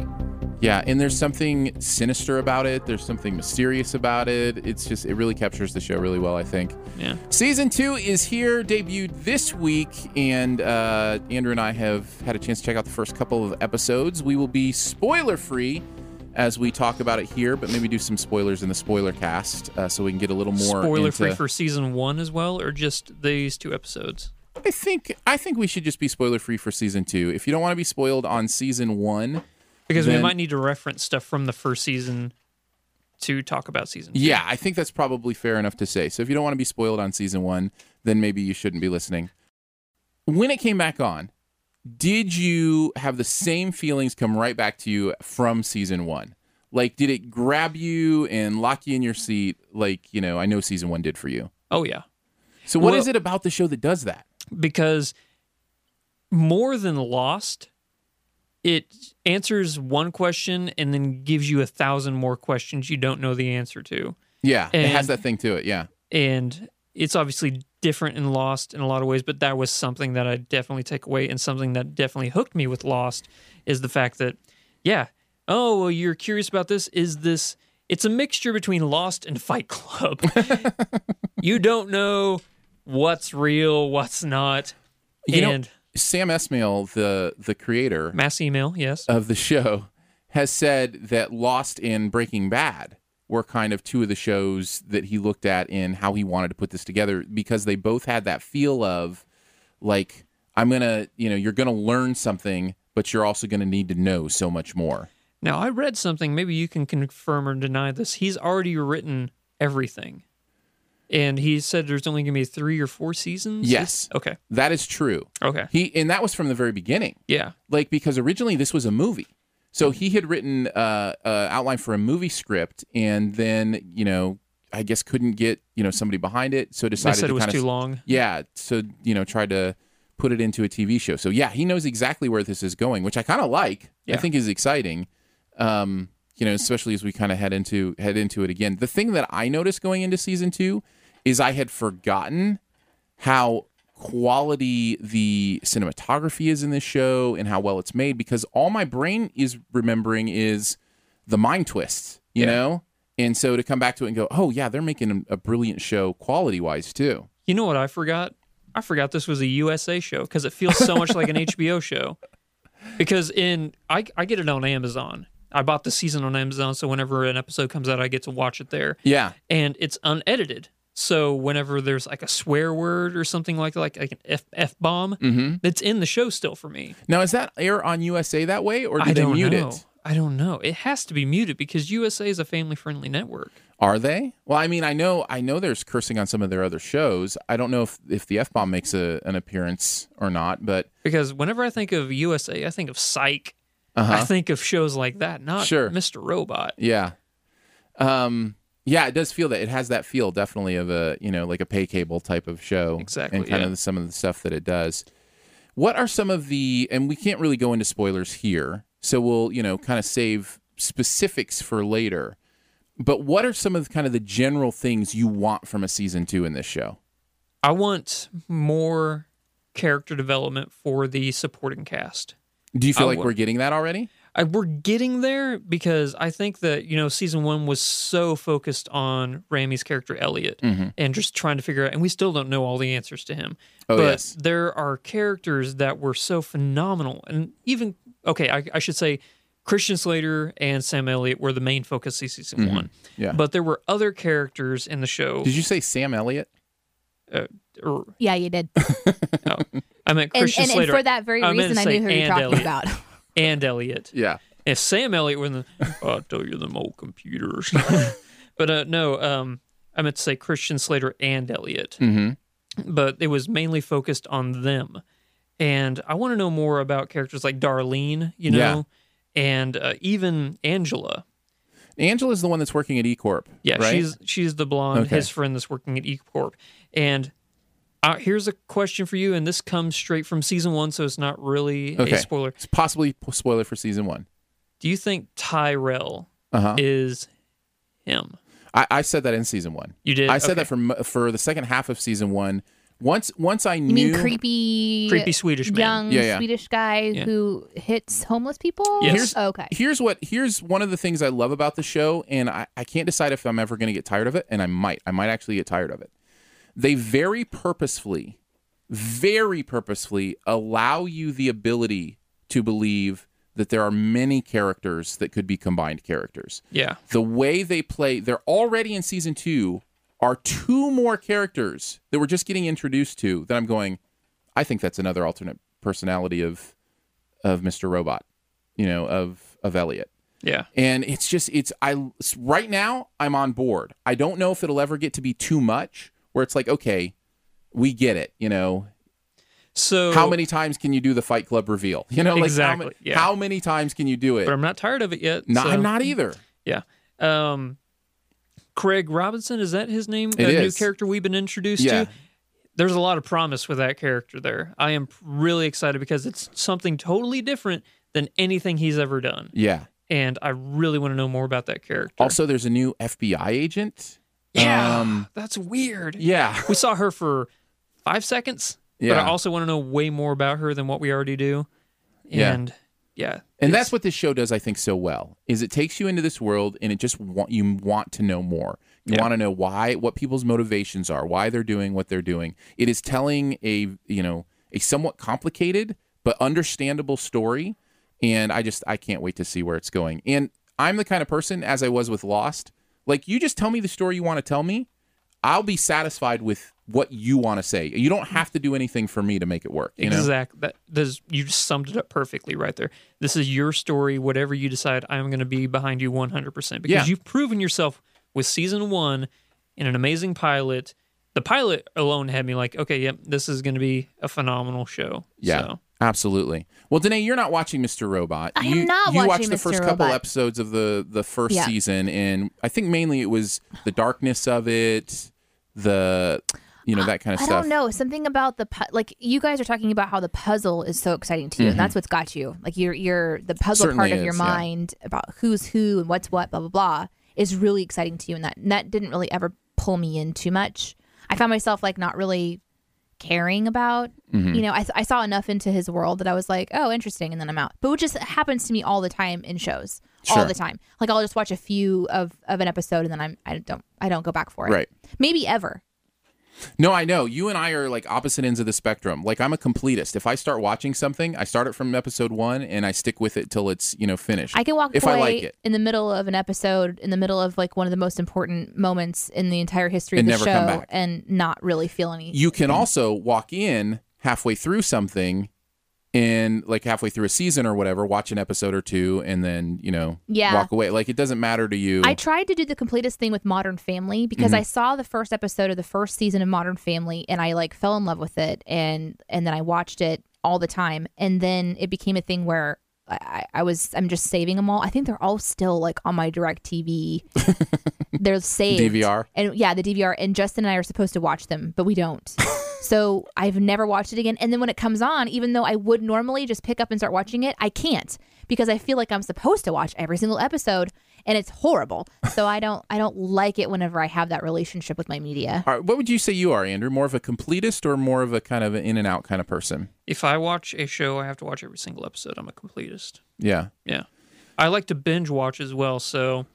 Speaker 1: yeah, and there's something sinister about it, there's something mysterious about it. It's just, it really captures the show really well, I think.
Speaker 3: Yeah.
Speaker 1: Season two is here, debuted this week, and uh, Andrew and I have had a chance to check out the first couple of episodes. We will be spoiler free as we talk about it here, but maybe do some spoilers in the spoiler cast uh, so we can get a little more
Speaker 3: Spoiler free
Speaker 1: into-
Speaker 3: for season one as well, or just these two episodes?
Speaker 1: I think I think we should just be spoiler free for season two. If you don't want to be spoiled on season one,
Speaker 3: Because we
Speaker 1: Then-
Speaker 3: might need to reference stuff from the first season to talk about season two.
Speaker 1: yeah, I think that's probably fair enough to say. So if you don't want to be spoiled on season one, then maybe you shouldn't be listening. When it came back on, did you have the same feelings come right back to you from season one? Like, did it grab you and lock you in your seat? Like, you know, I know season one did for you.
Speaker 3: Oh, yeah.
Speaker 1: So what is
Speaker 3: Well-
Speaker 1: it about the show that does that?
Speaker 3: Because more than Lost, it answers one question and then gives you a thousand more questions you don't know the answer to.
Speaker 1: Yeah, it has
Speaker 3: And-
Speaker 1: that thing to it. Yeah.
Speaker 3: And it's obviously different in Lost in a lot of ways, but that was something that I definitely take away and something that definitely hooked me with Lost is the fact that, yeah, oh, well, you're curious about this. Is this, it's a mixture between Lost and Fight Club. you don't know what's real, what's not.
Speaker 1: You know-
Speaker 3: and
Speaker 1: Sam Esmail, the the creator
Speaker 3: mass email, yes.
Speaker 1: of the show, has said that Lost and Breaking Bad were kind of two of the shows that he looked at in how he wanted to put this together because they both had that feel of like I'm gonna, you know, you're gonna learn something, but you're also gonna need to know so much more.
Speaker 3: Now, I read something. Maybe you can confirm or deny this. He's already written everything. And he said there's only going to be three or four seasons?
Speaker 1: Yes.
Speaker 3: Okay.
Speaker 1: That is true.
Speaker 3: Okay.
Speaker 1: He and that was from the very beginning.
Speaker 3: Yeah.
Speaker 1: like because originally this was a movie so he had written uh, uh outline for a movie script and then you know i guess couldn't get you know somebody behind it so
Speaker 3: They
Speaker 1: decided
Speaker 3: said
Speaker 1: to
Speaker 3: it was
Speaker 1: kind
Speaker 3: too
Speaker 1: of
Speaker 3: long.
Speaker 1: yeah so you know tried to put it into a tv show so yeah he knows exactly where this is going which i kind of like i
Speaker 3: Yeah.
Speaker 1: think is exciting um you know especially as we kind of head into head into it again the thing that i noticed going into season two is i had forgotten how quality the cinematography is in this show and how well it's made because all my brain is remembering is the mind twists, you
Speaker 3: Yeah.
Speaker 1: know? And so to come back to it and go, oh, yeah, they're making a a brilliant show quality wise too.
Speaker 3: You know what I forgot? I forgot this was a USA show because it feels so much like an HBO show. Because in I, I get it on Amazon. I bought the season on Amazon, so whenever an episode comes out, I get to watch it there.
Speaker 1: Yeah.
Speaker 3: and it's unedited. So whenever there's like a swear word or something like like, like an f f bomb,
Speaker 1: Mm-hmm.
Speaker 3: that's in the show still for me.
Speaker 1: Now, is that air on USA that way or do
Speaker 3: I
Speaker 1: they
Speaker 3: don't
Speaker 1: mute
Speaker 3: know.
Speaker 1: it?
Speaker 3: I don't know. It has to be muted because USA is a family friendly network.
Speaker 1: Are they? Well, I mean, I know I know there's cursing on some of their other shows. I don't know if, if the F bomb makes a, an appearance or not, but
Speaker 3: Because whenever I think of USA, I think of Psych. I
Speaker 1: uh-huh.
Speaker 3: think of shows like that, not
Speaker 1: Sure.
Speaker 3: Mr. Robot.
Speaker 1: yeah. Um yeah, it does feel that it has that feel definitely of a, you know, like a pay cable type of show.
Speaker 3: Exactly,
Speaker 1: And kind
Speaker 3: yeah.
Speaker 1: of some of the stuff that it does. What are some of the and we can't really go into spoilers here, so we'll, you know, kind of save specifics for later. But what are some of the, kind of the general things you want from a season 2 in this show?
Speaker 3: I want more character development for the supporting cast.
Speaker 1: Do you feel
Speaker 3: I
Speaker 1: like
Speaker 3: wa-
Speaker 1: we're getting that already?
Speaker 3: I, we're getting there because I think that you know season one was so focused on Rami's character Elliot
Speaker 1: Mm-hmm.
Speaker 3: and just trying to figure out, and we still don't know all the answers to him.
Speaker 1: Oh,
Speaker 3: but
Speaker 1: yes.
Speaker 3: there are characters that were so phenomenal, and even okay, I, I should say Christian Slater and Sam Elliott were the main focus of season one.
Speaker 1: Mm-hmm. Yeah.
Speaker 3: but there were other characters in the show.
Speaker 1: Did you say Sam Elliott?
Speaker 3: or,
Speaker 2: Yeah, you did.
Speaker 3: no, I
Speaker 2: And,
Speaker 3: meant Christian
Speaker 2: and, and
Speaker 3: Slater
Speaker 2: for that very
Speaker 3: I meant
Speaker 2: reason,
Speaker 3: to
Speaker 2: I
Speaker 3: say
Speaker 2: knew who you were
Speaker 3: and
Speaker 2: talking
Speaker 3: Elliot.
Speaker 2: about.
Speaker 3: and Elliot.
Speaker 1: Yeah.
Speaker 3: If Sam Elliott were in the, I'll tell you them old computers. but uh, no, um, I meant to say Christian Slater and Elliott,
Speaker 1: Mm-hmm.
Speaker 3: but it was mainly focused on them. And I want to know more about characters like Darlene, you
Speaker 1: Yeah.
Speaker 3: know, and uh, even Angela.
Speaker 1: Angela's the one that's working at E Corp.
Speaker 3: Yeah,
Speaker 1: right?
Speaker 3: she's she's the blonde,
Speaker 1: Okay.
Speaker 3: his friend that's working at E Corp. And uh, here's a question for you, and this comes straight from season one, so it's not really
Speaker 1: Okay.
Speaker 3: a spoiler.
Speaker 1: It's possibly p- spoiler for season one.
Speaker 3: Do you think Tyrell
Speaker 1: Uh huh.
Speaker 3: is him?
Speaker 1: I, I said that in season one.
Speaker 3: You did.
Speaker 1: I said
Speaker 3: Okay.
Speaker 1: that for m- for the second half of season one. Once once I
Speaker 2: You
Speaker 1: knew
Speaker 2: mean creepy,
Speaker 3: creepy Swedish man.
Speaker 2: young
Speaker 1: Yeah, yeah.
Speaker 2: Swedish guy who hits homeless people? Oh,
Speaker 3: Yes.
Speaker 1: Here's-
Speaker 2: Okay.
Speaker 1: here's what here's one of the things I love about the show, and I, I can't decide if I'm ever gonna get tired of it, and I might. I might actually get tired of it. They very purposefully, very purposefully allow you the ability to believe that there are many characters that could be combined characters.
Speaker 3: Yeah.
Speaker 1: the way they play they're already in season two are two more characters that we're just getting introduced to that i'm going i think that's another alternate personality of of mr robot you know of of elliot
Speaker 3: Yeah.
Speaker 1: and it's just it's i it's- right now i'm on board i don't know if it'll ever get to be too much where it's like okay we get it you know
Speaker 3: So
Speaker 1: how many times can you do the fight club reveal you know like how, ma-
Speaker 3: Exactly, yeah.
Speaker 1: how many times can you do it
Speaker 3: But I'm not tired of it yet.
Speaker 1: no
Speaker 3: so-
Speaker 1: i'm not either
Speaker 3: Yeah. Um, Craig Robinson is that his name?
Speaker 1: It
Speaker 3: a
Speaker 1: is.
Speaker 3: new character we've been introduced
Speaker 1: Yeah.
Speaker 3: to. There's a lot of promise with that character there. I am really excited because it's something totally different than anything he's ever done,
Speaker 1: yeah
Speaker 3: and I really want to know more about that character.
Speaker 1: Also, there's a new FBI agent.
Speaker 3: yeah,
Speaker 1: Um,
Speaker 3: that's weird.
Speaker 1: yeah.
Speaker 3: We saw her for five seconds. But
Speaker 1: Yeah.
Speaker 3: I also want to know way more about her than what we already do.
Speaker 1: Yeah.
Speaker 3: And yeah.
Speaker 1: And that's what this show does, I think, so well. Is it takes you into this world, and it just want you want to know more. You
Speaker 3: Yeah.
Speaker 1: want to know why, what people's motivations are, why they're doing what they're doing. It is telling a you know a somewhat complicated but understandable story, and I just I can't wait to see where it's going. And I'm the kind of person, as I was with Lost, like you just tell me the story you want to tell me. I'll be satisfied with what you want to say. You don't have to do anything for me to make it work. You know?
Speaker 3: Exactly. That does you just summed it up perfectly right there. This is your story. Whatever you decide, I'm going to be behind you 100 percent because
Speaker 1: Yeah.
Speaker 3: you've proven yourself with season one in an amazing pilot. The pilot alone had me like, okay, yep, this is going to be a phenomenal show.
Speaker 1: Yeah,
Speaker 3: So,
Speaker 1: absolutely. Well, Danae, you're not watching Mr. Robot.
Speaker 2: I
Speaker 1: you,
Speaker 2: am not
Speaker 1: You
Speaker 2: watching
Speaker 1: watched the
Speaker 2: Mr.
Speaker 1: first couple
Speaker 2: Robot.
Speaker 1: episodes of the the first
Speaker 2: Yeah.
Speaker 1: season, and I think mainly it was the darkness of it, the you know that kind of
Speaker 2: I
Speaker 1: stuff.
Speaker 2: don't know. Something about the pu- like you guys are talking about how the puzzle is so exciting to you, and that's what's got you. Like your your the puzzle
Speaker 1: Mm-hmm. Certainly
Speaker 2: part of your
Speaker 1: is, yeah.
Speaker 2: mind about who's who and what's what, blah blah blah, is really exciting to you, and that and that didn't really ever pull me in too much. I found myself like not really caring about.
Speaker 1: Mm-hmm.
Speaker 2: You know, I, I saw enough into his world that I was like, oh, interesting, and then I'm out. But which just happens to me all the time in shows,
Speaker 1: Sure.
Speaker 2: all the time. Like I'll just watch a few of of an episode, and then I'm I don't I don't go back for it.
Speaker 1: Right.
Speaker 2: Maybe ever.
Speaker 1: No, I know. You and I are like opposite ends of the spectrum. Like I'm a completist. If I start watching something, I start it from episode one and I stick with it till it's you know finished.
Speaker 2: I can walk
Speaker 1: if
Speaker 2: away
Speaker 1: I like it.
Speaker 2: in the middle of an episode, in the middle of like one of the most important moments in the entire history
Speaker 1: And
Speaker 2: of the
Speaker 1: never
Speaker 2: show,
Speaker 1: come back.
Speaker 2: and not really feel any.
Speaker 1: you can also walk in halfway through something and like halfway through a season or whatever watch an episode or two and then you know
Speaker 2: Yeah.
Speaker 1: walk away like it doesn't matter to you
Speaker 2: I tried to do the completest thing with Modern Family because
Speaker 1: Mm-hmm.
Speaker 2: I saw the first episode of the first season of Modern Family, and I like fell in love with it, and and then I watched it all the time, and then it became a thing where. I, I- I was I'm just saving them all. I think they're all still like on my direct TV. they're saved.
Speaker 1: DVR?
Speaker 2: And yeah, the DVR. And Justin and I are supposed to watch them, but we don't. so I've never watched it again. And then when it comes on, even though I would normally just pick up and start watching it, I can't because I feel like I'm supposed to watch every single episode, and it's horrible. So I don't I don't like it whenever I have that relationship with my media.
Speaker 1: All right, what would you say you are andrew more of a completist or more of a kind of an in and out kind of person
Speaker 3: if I watch a show, I have to watch every single episode. I'm a completist.
Speaker 1: yeah
Speaker 3: Yeah. I like to binge watch as well. So,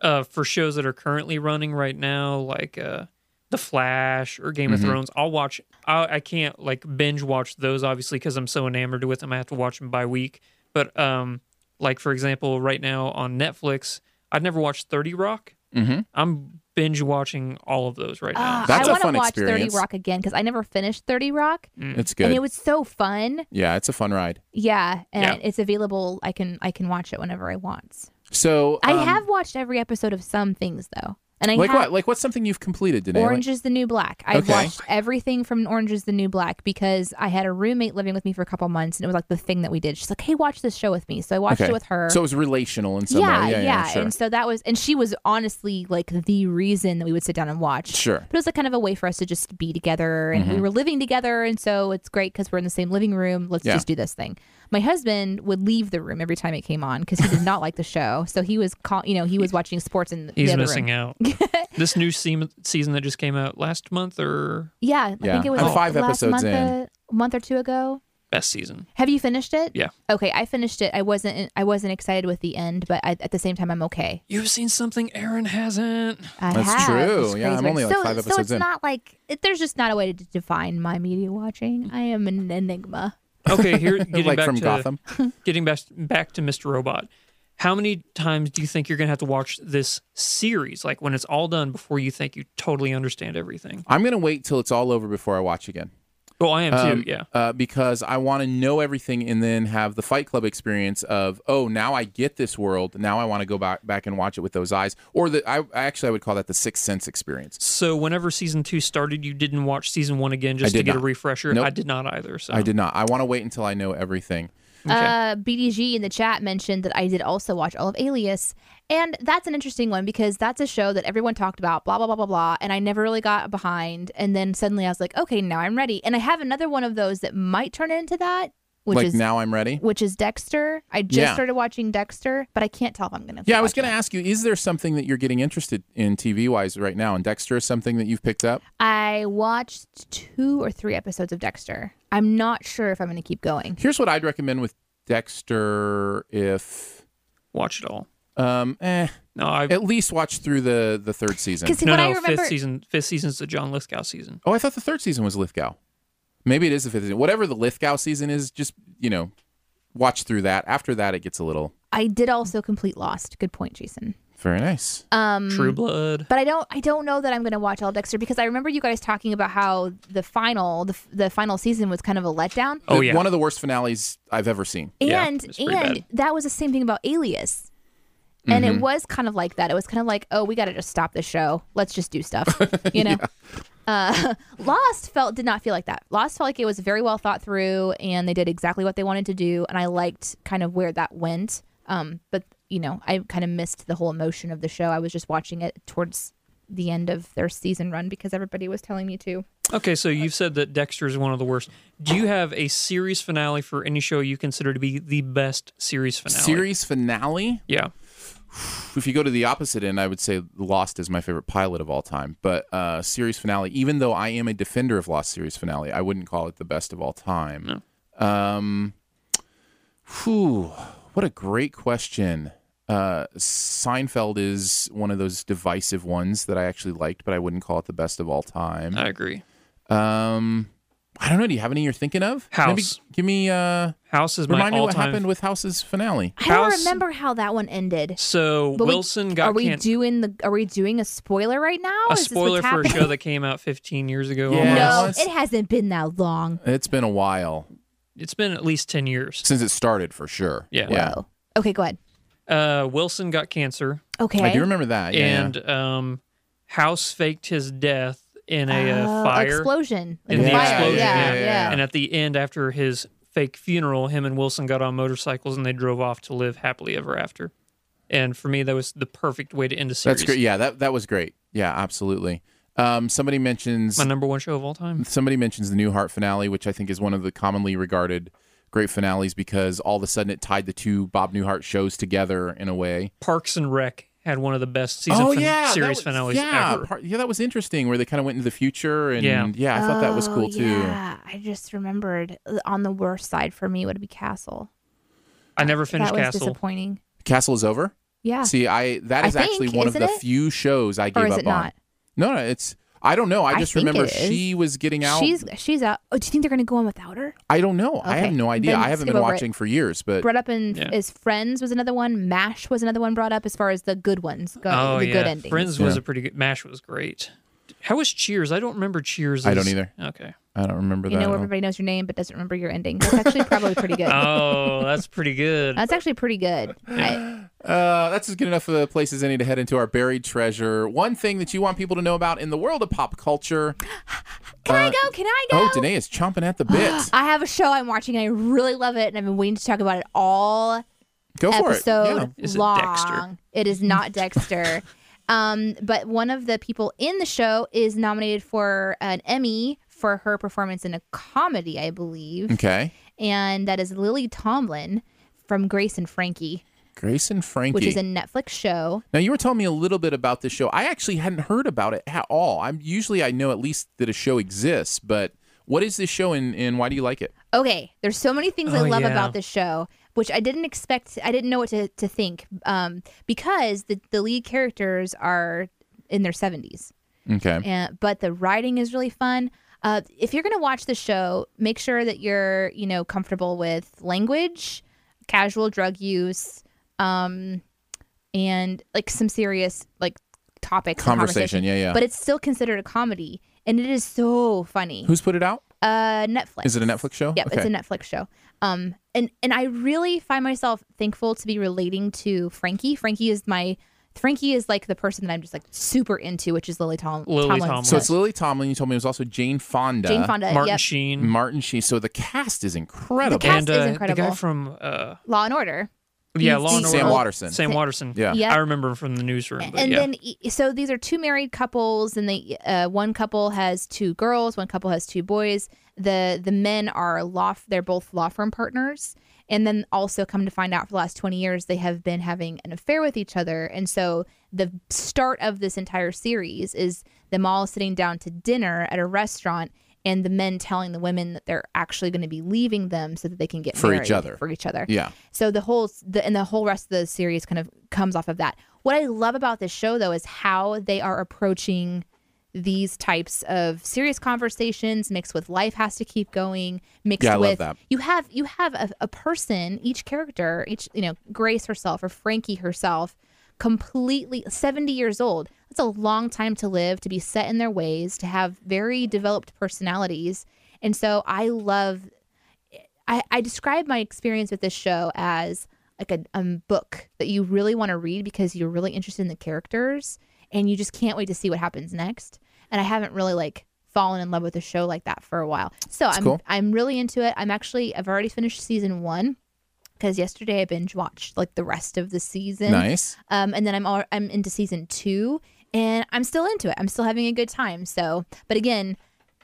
Speaker 3: uh, for shows that are currently running right now, like uh, The Flash or Game of Thrones, I'll watch. I, I can't like binge watch those obviously because I'm so enamored with them. I have to watch them by week. But um, like for example, right now on Netflix, I've never watched Thirty Rock.
Speaker 1: mm-hmm.
Speaker 2: Mm.
Speaker 3: I'm binge watching all of those right now.
Speaker 2: Ah,
Speaker 1: That's a
Speaker 2: I want to
Speaker 1: fun
Speaker 2: watch
Speaker 1: experience.
Speaker 2: 30 Rock again because I never finished 30 Rock,
Speaker 1: it's
Speaker 2: and
Speaker 1: good
Speaker 2: it was so fun.
Speaker 1: yeah it's a fun ride
Speaker 2: Yeah, and
Speaker 3: Yeah.
Speaker 2: it's available. I can I can watch it whenever I want.
Speaker 1: so
Speaker 2: I
Speaker 1: um,
Speaker 2: have watched every episode of some things though, and I
Speaker 1: like
Speaker 2: have,
Speaker 1: what like what's something you've completed today
Speaker 2: Orange is the New Black. I've
Speaker 1: Okay.
Speaker 2: watched everything from Orange is the New Black because I had a roommate living with me for a couple months, and it was like the thing that we did. She's like, "Hey, watch this show with me." So I watched
Speaker 1: okay.
Speaker 2: it with her.
Speaker 1: so it was relational in some
Speaker 2: yeah,
Speaker 1: way
Speaker 2: yeah,
Speaker 1: yeah yeah, sure.
Speaker 2: and so that was, and she was honestly like the reason that we would sit down and watch.
Speaker 1: Sure. Mm-hmm.
Speaker 2: but it was like kind of a way for us to just be together, and we were living together, and so it's great because we're in the same living room. Let's
Speaker 1: Yeah.
Speaker 2: just do this thing. My husband would leave the room every time it came on because he did not like the show, so he was, call- you know, he was watching sports in the
Speaker 3: He's
Speaker 2: the other
Speaker 3: missing
Speaker 2: room.
Speaker 3: out. this new se- season that just came out last month or
Speaker 2: Yeah,
Speaker 1: Yeah.
Speaker 2: I think it was
Speaker 1: I'm
Speaker 2: like
Speaker 1: five
Speaker 2: last
Speaker 1: episodes
Speaker 2: month,
Speaker 1: in.
Speaker 2: A, month or two ago.
Speaker 3: best season.
Speaker 2: Have you finished it?
Speaker 3: Yeah.
Speaker 2: Okay, I finished it. I wasn't. I wasn't excited with the end, but I, at the same time, I'm okay.
Speaker 3: You've seen something Aaron hasn't.
Speaker 2: I
Speaker 1: That's
Speaker 2: have.
Speaker 1: true.
Speaker 2: It's
Speaker 1: Yeah,
Speaker 2: crazy.
Speaker 1: I'm only, like,
Speaker 2: so,
Speaker 1: five
Speaker 2: So
Speaker 1: episodes
Speaker 2: it's
Speaker 1: in.
Speaker 2: not like it, there's just not a way to define my media watching. I am an enigma.
Speaker 3: Okay, here getting
Speaker 1: like
Speaker 3: back
Speaker 1: from
Speaker 3: to,
Speaker 1: gotham
Speaker 3: getting back back to Mr. Robot, how many times do you think you're going to have to watch this series, like when it's all done, before you think you totally understand everything?
Speaker 1: i'm gonna wait till it's all over before i watch again
Speaker 3: Oh, I am
Speaker 1: Um,
Speaker 3: too. Yeah,
Speaker 1: uh, because I want to know everything and then have the Fight Club experience of oh now I get this world now I want to go back back and watch it with those eyes or the I I actually I would call that the sixth sense experience.
Speaker 3: So whenever season two started, you didn't watch season one again just
Speaker 1: I
Speaker 3: to
Speaker 1: did
Speaker 3: get
Speaker 1: not.
Speaker 3: a refresher.
Speaker 1: Nope.
Speaker 3: I did not either. So
Speaker 1: I did not. I want to wait until I know everything.
Speaker 2: Uh, BDG in the chat mentioned that I did also watch all of Alias, and that's an interesting one because that's a show that everyone talked about, blah blah blah blah blah, and I never really got behind. And then suddenly I was like, okay, now I'm ready. And I have another one of those that might turn into that, which
Speaker 1: like
Speaker 2: is
Speaker 1: now I'm ready.
Speaker 2: which is Dexter. I just
Speaker 1: Yeah.
Speaker 2: started watching Dexter, but I can't tell if I'm gonna.
Speaker 1: Yeah, I was
Speaker 2: watch
Speaker 1: going to ask you: Is there something that you're getting interested in TV wise right now? And Dexter is something that you've picked up.
Speaker 2: it. I watched two or three episodes of Dexter. I'm not sure if I'm gonna keep going.
Speaker 1: Here's what I'd recommend with Dexter: If
Speaker 3: Watch it all.
Speaker 1: um, eh,
Speaker 3: No, I
Speaker 1: at least watch through the the third season.
Speaker 2: Because
Speaker 3: no,
Speaker 2: what
Speaker 3: no
Speaker 2: I remember,
Speaker 3: fifth season. Fifth season's the John Lithgow season.
Speaker 1: Oh, I thought the third season was Lithgow. Maybe it is the fifth season. Whatever the Lithgow season is, just you know, watch through that. After that, it gets a little
Speaker 2: I did also complete Lost. Good point, Jason.
Speaker 1: very nice.
Speaker 2: Um,
Speaker 3: True Blood.
Speaker 2: But I don't, I don't know that I'm going to watch all Dexter because I remember you guys talking about how the final, the, f- the final season was kind of a letdown.
Speaker 3: Oh yeah.
Speaker 1: one of the worst finales I've ever seen.
Speaker 3: Yeah,
Speaker 2: and
Speaker 3: it's
Speaker 2: and
Speaker 3: pretty bad. Mm-hmm.
Speaker 2: that was the same thing about Alias, and it was kind of like that. It was kind of like, oh, we got to just stop the show. Let's just do stuff, you know. uh, Lost felt did not feel like that. Lost felt like it was very well thought through, and they did exactly what they wanted to do, and I liked kind of where that went. Um, but you know, I kind of missed the whole emotion of the show. I was just watching it towards the end of their season run because everybody was telling me to.
Speaker 3: Okay, so you've said that Dexter is one of the worst. Do you have a series finale for any show you consider to be the best series finale?
Speaker 1: Series finale.
Speaker 3: Yeah.
Speaker 1: If you go to the opposite end, I would say Lost is my favorite pilot of all time. But uh, series finale, even though I am a defender of Lost series finale, I wouldn't call it the best of all time. Um, whew, what a great question. Uh, Seinfeld is one of those divisive ones that I actually liked, but I wouldn't call it the best of all time.
Speaker 3: I agree.
Speaker 1: Um, I don't know. Do you have any you're thinking of?
Speaker 3: House.
Speaker 1: give me. Uh,
Speaker 3: House is my
Speaker 1: remind me
Speaker 3: all
Speaker 1: what
Speaker 3: time.
Speaker 1: happened with House's finale.
Speaker 2: I don't
Speaker 3: House-
Speaker 2: remember how that one ended.
Speaker 3: so
Speaker 2: But we-
Speaker 3: Wilson got
Speaker 2: Are we
Speaker 3: can-
Speaker 2: doing the? Are we doing a spoiler right now?
Speaker 3: a
Speaker 2: Is this
Speaker 3: spoiler
Speaker 2: what's
Speaker 3: for a
Speaker 2: happening?
Speaker 3: show that came out 15 years ago.
Speaker 1: Yeah.
Speaker 3: almost.
Speaker 1: Yes.
Speaker 2: No, it hasn't been that long.
Speaker 1: It's been a while
Speaker 3: It's been at least 10 years.
Speaker 1: since it started, for sure.
Speaker 3: Yeah.
Speaker 1: yeah.
Speaker 2: Whoa. Okay, go ahead.
Speaker 3: Uh, Wilson got cancer,
Speaker 2: Okay.
Speaker 1: I do remember that. Yeah,
Speaker 3: and um, House faked his death in a
Speaker 2: Oh,
Speaker 3: uh, fire.
Speaker 2: explosion. Like
Speaker 3: In
Speaker 2: a
Speaker 3: the
Speaker 2: fire.
Speaker 3: explosion,
Speaker 2: Yeah,
Speaker 1: yeah,
Speaker 2: yeah.
Speaker 3: And at the end, after his fake funeral, him and Wilson got on motorcycles and they drove off to live happily ever after. And for me, that was the perfect way to end a
Speaker 1: yeah.
Speaker 3: series.
Speaker 1: that's great. Yeah, that that was great. Yeah, absolutely. Um, somebody mentions
Speaker 3: My number one show of all time.
Speaker 1: somebody mentions the Newhart finale, which I think is one of the commonly regarded great finales because all of a sudden it tied the two Bob Newhart shows together in a way. Oh,
Speaker 3: Parks and Rec had one of the best season fin- series finales
Speaker 1: yeah,
Speaker 3: ever.
Speaker 1: par- yeah, that was interesting where they kind of went into the future and yeah,
Speaker 3: Yeah.
Speaker 1: I thought that was
Speaker 2: Oh,
Speaker 1: cool too.
Speaker 2: Yeah, I just remembered. Uh, On the worst side for me would be Castle.
Speaker 3: I never finished
Speaker 2: that was
Speaker 3: Castle.
Speaker 2: disappointing.
Speaker 1: Castle is over.
Speaker 2: Yeah.
Speaker 1: See, I that
Speaker 2: I
Speaker 1: is actually
Speaker 2: think,
Speaker 1: one of
Speaker 2: isn't
Speaker 1: the
Speaker 2: it?
Speaker 1: few shows I gave
Speaker 2: or is
Speaker 1: up
Speaker 2: it
Speaker 1: on.
Speaker 2: not?
Speaker 1: No, no, it's I don't know. I
Speaker 2: I
Speaker 1: just
Speaker 2: think
Speaker 1: remember
Speaker 2: it is.
Speaker 1: she was getting out.
Speaker 2: She's she's out. Oh, do you think they're gonna go on without her?
Speaker 1: I don't know. I
Speaker 2: Okay.
Speaker 1: have no idea.
Speaker 2: Then
Speaker 1: I haven't
Speaker 2: skip
Speaker 1: been
Speaker 2: over it.
Speaker 1: watching for years, but
Speaker 2: Brought up in
Speaker 3: Yeah.
Speaker 2: is Friends was another one. Mash was another one brought up as far as the good ones go.
Speaker 3: Oh
Speaker 2: the
Speaker 3: yeah,
Speaker 2: good endings.
Speaker 3: Friends was
Speaker 1: Yeah.
Speaker 3: a pretty good. Mash was great. How was Cheers? I don't remember Cheers.
Speaker 1: I don't
Speaker 3: as-
Speaker 1: either.
Speaker 3: Okay.
Speaker 1: I don't remember
Speaker 2: You
Speaker 1: that.
Speaker 2: know,
Speaker 1: at
Speaker 2: where
Speaker 1: all.
Speaker 2: everybody knows your name but doesn't remember your ending. That's actually probably pretty good.
Speaker 1: Um,
Speaker 3: Oh, that's pretty good.
Speaker 2: That's actually pretty good. I,
Speaker 1: Uh, that's as good enough of a place as any to head into our buried treasure. One thing that you want people to know about in the world of pop culture.
Speaker 2: can I go? Can I go?
Speaker 1: Oh, Danae is chomping at the bit.
Speaker 2: I have a show I'm watching and I really love it and I've been waiting to talk about it all
Speaker 1: Go for it.
Speaker 2: episode
Speaker 1: Yeah.
Speaker 3: Is it
Speaker 2: long.
Speaker 3: Dexter?
Speaker 2: It is not Dexter. um, but one of the people in the show is nominated for an Emmy for her performance in a comedy, I believe.
Speaker 1: Okay.
Speaker 2: and that is Lily Tomlin from Grace and Frankie,
Speaker 1: Grace and Frankie.
Speaker 2: which is a Netflix show.
Speaker 1: now you were telling me a little bit about this show. I actually hadn't heard about it at all. I'm usually I know at least that a show exists, but what is this show and, and why do you like it?
Speaker 2: Okay, there's so many things I
Speaker 3: Oh,
Speaker 2: love
Speaker 3: yeah.
Speaker 2: about this show, which I didn't expect. I didn't know what to, to think um, because the, the lead characters are in their 70s,
Speaker 1: Okay.
Speaker 2: and, but the writing is really fun. Uh, if you're going to watch the show, make sure that you're, you know, comfortable with language, casual drug use, um, and like some serious like topics. and
Speaker 1: Conversation. Yeah, yeah.
Speaker 2: but it's still considered a comedy and it is so funny
Speaker 1: Who's put it out?
Speaker 2: uh netflix
Speaker 1: Is it a Netflix show?
Speaker 2: yep it's
Speaker 1: Okay.
Speaker 2: a netflix show um and and i really find myself thankful to be relating to frankie frankie is my frankie is like the person that i'm just like super into which is lily, Tom-
Speaker 3: Lily
Speaker 2: tomlin
Speaker 3: Tomlin.
Speaker 1: So it's uh, Lily Tomlin. You told me it was also Jane Fonda. Mm-hmm.
Speaker 2: jane fonda
Speaker 3: Martin
Speaker 2: uh, yep.
Speaker 3: Sheen
Speaker 1: Martin Sheen. So the cast is incredible.
Speaker 2: The cast
Speaker 3: and
Speaker 2: is
Speaker 3: uh, the guy
Speaker 2: incredible.
Speaker 3: from uh,
Speaker 2: law and order
Speaker 3: Yeah,
Speaker 2: He's
Speaker 3: Law and
Speaker 2: the-
Speaker 3: Order.
Speaker 1: Sam Watterson.
Speaker 3: Sam Watterson.
Speaker 1: Yeah.
Speaker 2: Yeah.
Speaker 3: I remember him from the newsroom. But
Speaker 2: and
Speaker 3: yeah.
Speaker 2: then e- so these are two married couples and they uh, one couple has two girls one couple has two boys the the men are law they're both law firm partners and then also come to find out for the last 20 years they have been having an affair with each other and so the start of this entire series is them all sitting down to dinner at a restaurant and the men telling the women that they're actually going to be leaving them so that they can get
Speaker 1: For each
Speaker 2: married
Speaker 1: other.
Speaker 2: for each other
Speaker 1: Yeah.
Speaker 2: so the whole the, and the whole rest of the series kind of comes off of that. What I love about this show though is how they are approaching these types of serious conversations mixed with life has to keep going mixed
Speaker 1: Yeah, I
Speaker 2: with
Speaker 1: love that.
Speaker 2: you have you have a, a person each character each you know grace herself or frankie herself completely 70 years old that's a long time to live to be set in their ways to have very developed personalities and so i love I, I describe my experience with this show as like a um, book that you really want to read because you're really interested in the characters and you just can't wait to see what happens next. And I haven't really like fallen in love with a show like that for a while. So I'm
Speaker 1: cool.
Speaker 2: I'm really into it. I'm actually I've already finished season one because yesterday I binge watched like the rest of the season.
Speaker 1: Nice.
Speaker 2: Um, and then I'm all, I'm into season two, and I'm still into it. I'm still having a good time. So, but again,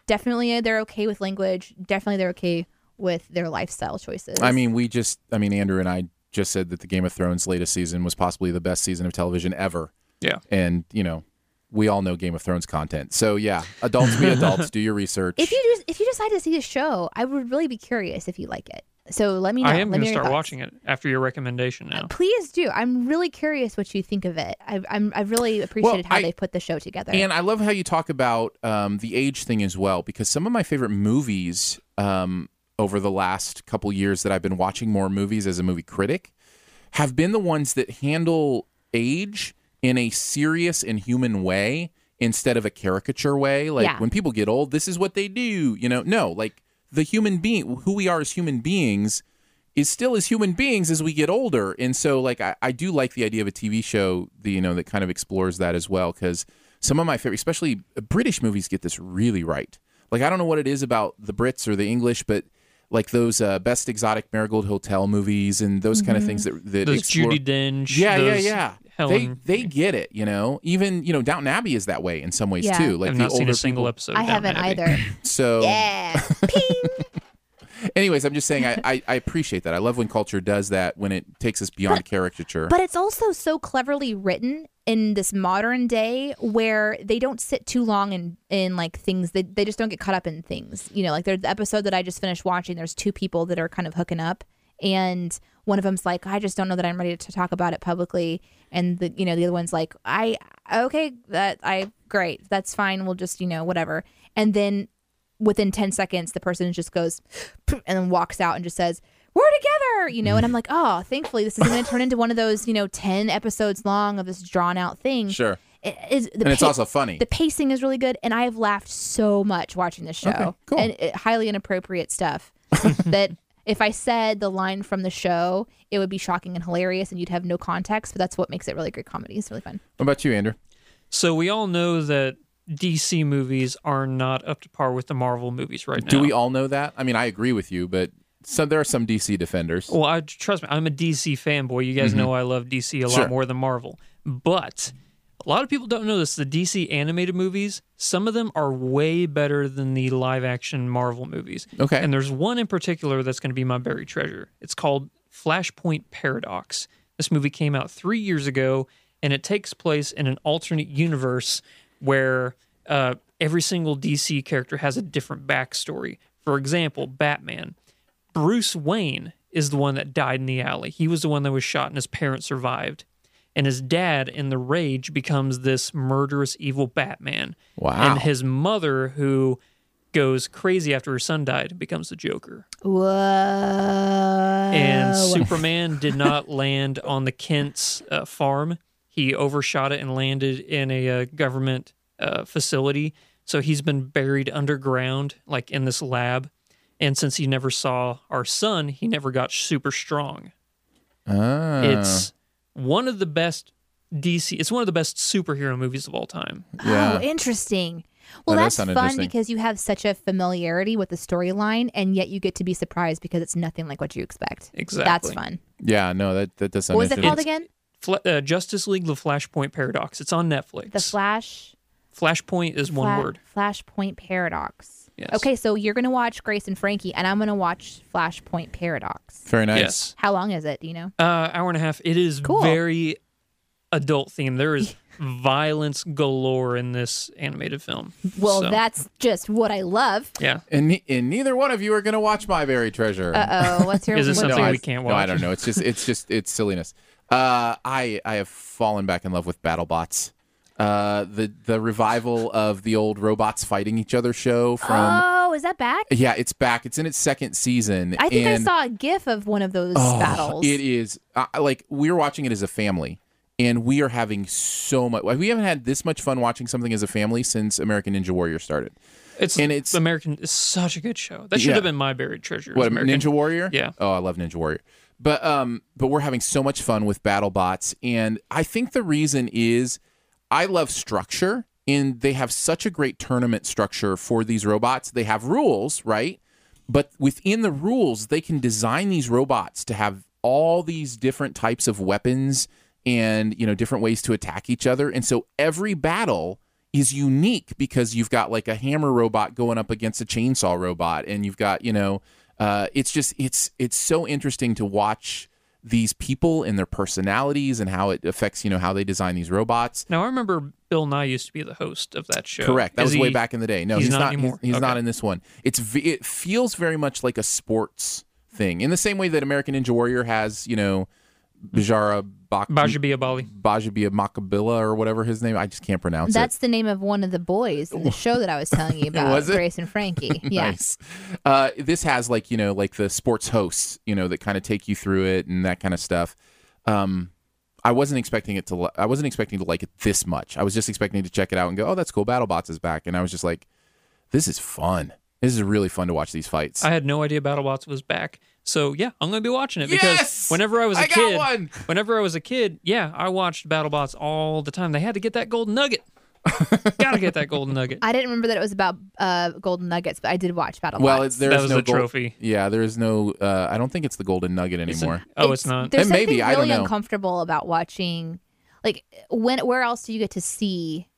Speaker 2: definitely uh, they're okay with language. Definitely they're okay with their lifestyle choices.
Speaker 1: I mean, we just, I mean, Andrew and I just said that the Game of Thrones latest season was possibly the best season of television ever.
Speaker 3: Yeah.
Speaker 1: And, you know, we all know Game of Thrones content. So, yeah, adults be adults, do your research.
Speaker 2: if you just, if you decide to see the show, I would really be curious if you like it. So let me know.
Speaker 3: I am
Speaker 2: Let
Speaker 3: going
Speaker 2: me know
Speaker 3: to
Speaker 2: your
Speaker 3: start
Speaker 2: thoughts.
Speaker 3: watching it after your recommendation now.
Speaker 2: Please do. I'm really curious what you think of it. I've I'm, I've really appreciated how
Speaker 1: I-
Speaker 2: they put the show together.
Speaker 1: And I love how you talk about um, the age thing as well, because some of my favorite movies um, over the last couple years that I've been watching more movies as a movie critic have been the ones that handle age in a serious and human way instead of a caricature way. Like
Speaker 2: Yeah.
Speaker 1: when people get old, this is what they do. You know, no, like the human being, who we are as human beings. Is still as human beings as we get older, and so like I, I do like the idea of a TV show, the, you know, that kind of explores that as well. Because some of my favorite, especially uh, British movies, get this really right. Like I don't know what it is about the Brits or the English, but like those uh, best exotic Marigold Hotel movies and those kind of things that that
Speaker 3: Those
Speaker 1: explore-
Speaker 3: Judy Dench.
Speaker 1: yeah,
Speaker 3: those
Speaker 1: yeah, yeah.
Speaker 3: Helen.
Speaker 1: They they get it, you know. Even you know, Downton Abbey is that way in some ways
Speaker 2: Yeah.
Speaker 1: too. Like
Speaker 3: I've
Speaker 1: the
Speaker 3: not
Speaker 1: older
Speaker 3: seen a single
Speaker 1: people.
Speaker 3: episode.
Speaker 2: I
Speaker 3: of Downton
Speaker 2: haven't
Speaker 3: Abbey.
Speaker 2: either.
Speaker 1: So,
Speaker 2: yeah. Ping.
Speaker 1: anyways, I'm just saying I, I I appreciate that. I love when culture does that when it takes us beyond caricature.
Speaker 2: But it's also so cleverly written in this modern day where they don't sit too long in in like things they, they just don't get caught up in things you know like there's the episode that i just finished watching there's two people that are kind of hooking up and one of them's like i just don't know that i'm ready to talk about it publicly and the you know the other one's like i okay that i great that's fine we'll just you know whatever and then within 10 seconds the person just goes and then walks out and just says we're together you know and i'm like oh thankfully this isn't going to turn into one of those you know 10 episodes long of this drawn out thing
Speaker 1: sure,
Speaker 2: it, is- the
Speaker 1: and it's
Speaker 2: pa-
Speaker 1: also funny.
Speaker 2: the pacing is really good and i have laughed so much watching this show
Speaker 1: Okay, cool.
Speaker 2: and it, highly inappropriate stuff that if i said the line from the show it would be shocking and hilarious and you'd have no context but that's what makes it really great comedy it's really fun
Speaker 1: what about you, Andrew?
Speaker 3: So we all know that DC movies are not up to par with the Marvel movies right now.
Speaker 1: Do we all know that? I mean, I agree with you, but so there are some DC defenders.
Speaker 3: Well, I trust me, I'm a DC fanboy. You guys know I love DC a
Speaker 1: Mm-hmm. Sure.
Speaker 3: lot more than Marvel. But a lot of people don't know this. The DC animated movies, some of them are way better than the live action Marvel movies.
Speaker 1: Okay.
Speaker 3: And there's one in particular that's going to be my buried treasure. It's called Flashpoint Paradox. This movie came out three years ago, and it takes place in an alternate universe where uh, every single DC character has a different backstory. For example, Batman. Bruce Wayne is the one that died in the alley. He was the one that was shot and his parents survived. And his dad, in the rage, becomes this murderous, evil Batman.
Speaker 1: Wow.
Speaker 3: And his mother, who goes crazy after her son died, becomes the Joker.
Speaker 2: whoa
Speaker 3: And Superman did not land on the Kent's uh, farm. He overshot it and landed in a uh, government uh, facility. So he's been buried underground, like in this lab. And since he never saw our son, he never got super strong.
Speaker 2: Uh.
Speaker 1: Ah.
Speaker 3: It's one of the best DC. It's one of the best superhero movies of all time.
Speaker 1: yeah.
Speaker 2: Oh, interesting. Well,
Speaker 1: That does
Speaker 2: that's
Speaker 1: sound
Speaker 2: fun
Speaker 1: interesting.
Speaker 2: because you have such a familiarity with the storyline, and yet you get to be surprised because it's nothing like what you expect. That's
Speaker 3: Exactly.
Speaker 2: fun.
Speaker 1: Yeah, no, that that does sound
Speaker 2: What was it
Speaker 1: interesting.
Speaker 2: called again?
Speaker 3: Fla- uh, Justice League: The Flashpoint Paradox. It's on Netflix.
Speaker 2: The Flash.
Speaker 3: Flashpoint is one
Speaker 2: Fla-
Speaker 3: word.
Speaker 2: Flashpoint Paradox.
Speaker 3: Yes.
Speaker 2: Okay, so you're gonna watch Grace and Frankie, and I'm gonna watch Flashpoint Paradox.
Speaker 1: Very nice.
Speaker 3: Yes.
Speaker 2: How long is it? Do you know?
Speaker 3: Uh, hour and a half. It is
Speaker 2: Cool.
Speaker 3: very adult themed. There is violence galore in this animated film.
Speaker 2: Well,
Speaker 3: So,
Speaker 2: that's just what I love.
Speaker 3: yeah.
Speaker 1: And, ne- and neither one of you are going to watch My Buried Treasure.
Speaker 2: Uh oh, what's your?
Speaker 3: Is it
Speaker 2: what's
Speaker 3: something
Speaker 2: your-
Speaker 3: we can't
Speaker 1: No, I
Speaker 3: watch.
Speaker 1: don't know. It's just it's just it's silliness. Uh, I I have fallen back in love with BattleBots. Uh, the the revival of the old robots fighting each other show from
Speaker 2: Oh, is that back?
Speaker 1: yeah, it's back. It's in its second season.
Speaker 2: I think I
Speaker 1: and-
Speaker 2: saw a GIF of one of those
Speaker 1: Oh,
Speaker 2: battles.
Speaker 1: It is I I- like we're watching it as a family, and we are having so much. We haven't had this much fun watching something as a family since American Ninja Warrior started.
Speaker 3: It's
Speaker 1: And it's-
Speaker 3: American. It's such a good show. That should
Speaker 1: Yeah.
Speaker 3: have been my buried treasure.
Speaker 1: What
Speaker 3: American.
Speaker 1: Ninja Warrior?
Speaker 3: Yeah.
Speaker 1: Oh, I love Ninja Warrior. But um, but we're having so much fun with BattleBots, and I think the reason is I love structure, and they have such a great tournament structure for these robots. They have rules, right? But within the rules, they can design these robots to have all these different types of weapons and you know different ways to attack each other, and so every battle is unique because you've got like a hammer robot going up against a chainsaw robot, and you've got you know uh, it's just it's it's so interesting to watch these people and their personalities and how it affects you know how they design these robots.
Speaker 3: Now I remember Bill Nye used to be the host of that show.
Speaker 1: Correct. That
Speaker 3: Is
Speaker 1: was way
Speaker 3: he-
Speaker 1: back in the day. No,
Speaker 3: he's
Speaker 1: he's,
Speaker 3: not
Speaker 1: not.
Speaker 3: anymore?
Speaker 1: He's, he's not
Speaker 3: Okay.
Speaker 1: in this one. It's v- it feels very much like a sports thing in the same way that American Ninja Warrior has you know Bajara Bak-
Speaker 3: Bajabia Bali.
Speaker 1: Bajabia Makabila or whatever his name. I just can't pronounce it.
Speaker 2: That's the name of one of the boys in the show that I was telling you about,
Speaker 1: Was it?
Speaker 2: Grace and Frankie. Yeah.
Speaker 1: Nice. Uh, this has like you know like the sports hosts you know that kind of take you through it and that kind of stuff. Um, I wasn't expecting it to. li- I wasn't expecting to like it this much. I was just expecting to check it out and go, oh, that's cool. BattleBots is back, and I was just like, this is fun. This is really fun to watch these fights.
Speaker 3: I had no idea BattleBots was back. So yeah, I'm gonna be watching it because
Speaker 1: Yes!
Speaker 3: whenever I was a
Speaker 1: I got
Speaker 3: kid,
Speaker 1: one!
Speaker 3: whenever I was a kid, yeah, I watched BattleBots all the time. They had to get that gold nugget. Gotta get that gold nugget.
Speaker 2: I didn't remember that it was about uh, golden nuggets, but I did watch Battle
Speaker 1: well,
Speaker 2: Bots.
Speaker 1: it's, there's
Speaker 3: That was
Speaker 1: no
Speaker 3: the
Speaker 1: gold-
Speaker 3: trophy.
Speaker 1: Yeah, there is no. Uh, I don't think it's the golden nugget anymore.
Speaker 3: oh, it's, not.
Speaker 2: There's
Speaker 1: And maybe,
Speaker 2: something
Speaker 1: I don't
Speaker 2: really
Speaker 1: know.
Speaker 2: uncomfortable about watching, like when where else do you get to see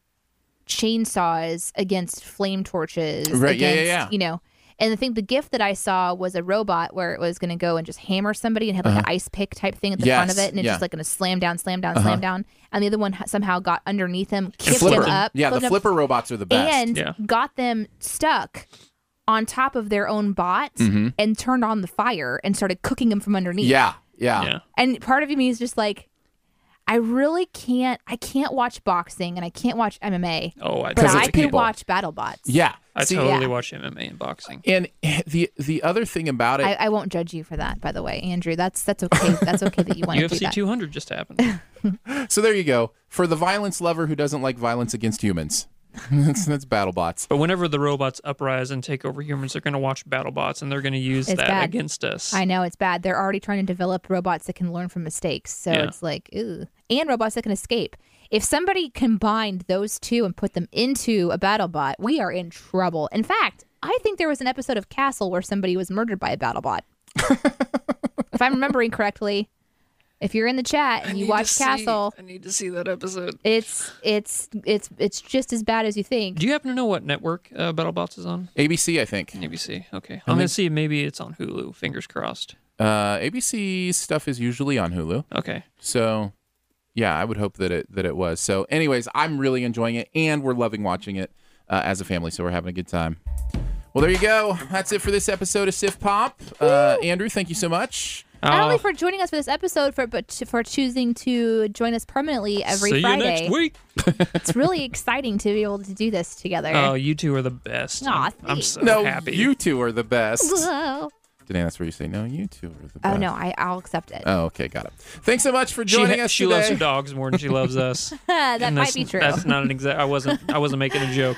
Speaker 2: chainsaws against flame torches?
Speaker 1: Right, yeah, yeah,
Speaker 2: against,
Speaker 1: yeah.
Speaker 2: You know, and the thing, the gift that I saw was a robot where it was going to go and just hammer somebody and had like an ice pick type thing at the front of
Speaker 1: Uh-huh. Yes,
Speaker 2: it, and it's
Speaker 1: yeah.
Speaker 2: just like going to slam down, slam down, slam down, and the other one ha- somehow got underneath him, kicked him
Speaker 1: flipper.
Speaker 2: up,
Speaker 1: yeah, the
Speaker 2: flipped him up,
Speaker 1: flipper robots are the best.
Speaker 2: and
Speaker 3: Yeah.
Speaker 2: got them stuck on top of their own bot
Speaker 1: Mm-hmm.
Speaker 2: and turned on the fire and started cooking them from underneath.
Speaker 1: yeah,
Speaker 2: Ah.
Speaker 1: yeah,
Speaker 3: Yeah.
Speaker 2: And part of me is just like, I really can't. I can't watch boxing and I can't watch MMA,
Speaker 3: Oh, I
Speaker 2: but
Speaker 1: it's
Speaker 2: I
Speaker 3: totally,
Speaker 2: could
Speaker 1: people.
Speaker 2: watch BattleBots.
Speaker 1: yeah.
Speaker 3: I
Speaker 1: See,
Speaker 3: totally
Speaker 2: yeah.
Speaker 3: watch MMA and boxing.
Speaker 1: and the the other thing about it,
Speaker 2: I, I won't judge you for that, by the way, Andrew. That's that's okay. That's okay that you want to do
Speaker 3: UFC
Speaker 2: that.
Speaker 3: 200 just happened.
Speaker 1: So there you go. For the violence lover who doesn't like violence against humans, that's, that's BattleBots.
Speaker 3: But whenever the robots uprise and take over humans, they're going to watch BattleBots and they're going to use
Speaker 2: It's
Speaker 3: that
Speaker 2: bad.
Speaker 3: against us.
Speaker 2: I know it's bad. They're already trying to develop robots that can learn from mistakes. So
Speaker 3: Yeah.
Speaker 2: it's like, ooh, and robots that can escape. If somebody combined those two and put them into a BattleBot, we are in trouble. In fact, I think there was an episode of Castle where somebody was murdered by a BattleBot. if I'm remembering correctly, if you're in the chat and you watch Castle,
Speaker 3: I need to see that episode.
Speaker 2: it's it's it's it's just as bad as you think.
Speaker 3: Do you happen to know what network uh, BattleBots is on?
Speaker 1: ABC, I think.
Speaker 3: ABC. Okay, I'm going to see. Maybe it's on Hulu. Fingers crossed.
Speaker 1: Uh, ABC stuff is usually on Hulu,
Speaker 3: Okay.
Speaker 1: so yeah, I would hope that it that it was. So, anyways, I'm really enjoying it, and we're loving watching it uh, as a family. So we're having a good time. Well, there you go. That's it for this episode of Sif Pop. Uh, Andrew, thank you so much.
Speaker 3: Uh,
Speaker 2: Not only for joining us for this episode, for but for choosing to join us permanently every
Speaker 3: see
Speaker 2: Friday.
Speaker 3: you next week.
Speaker 2: It's really exciting to be able to do this together.
Speaker 3: Oh, you two are the best.
Speaker 2: Aw,
Speaker 3: I'm, I'm
Speaker 2: thanks.
Speaker 3: so
Speaker 1: no,
Speaker 3: happy.
Speaker 1: you two are the best.
Speaker 2: Whoa.
Speaker 1: Today, that's where you say no. You two are the best.
Speaker 2: Oh no, I, I'll accept it.
Speaker 1: Oh, okay, got it. Thanks so much for
Speaker 3: she
Speaker 1: joining
Speaker 3: ha-
Speaker 1: us
Speaker 3: she
Speaker 1: today.
Speaker 3: loves her dogs more than she loves us.
Speaker 2: that
Speaker 3: And
Speaker 2: might
Speaker 3: that's-
Speaker 2: be true.
Speaker 3: That's not an exact. I wasn't. I wasn't making a joke.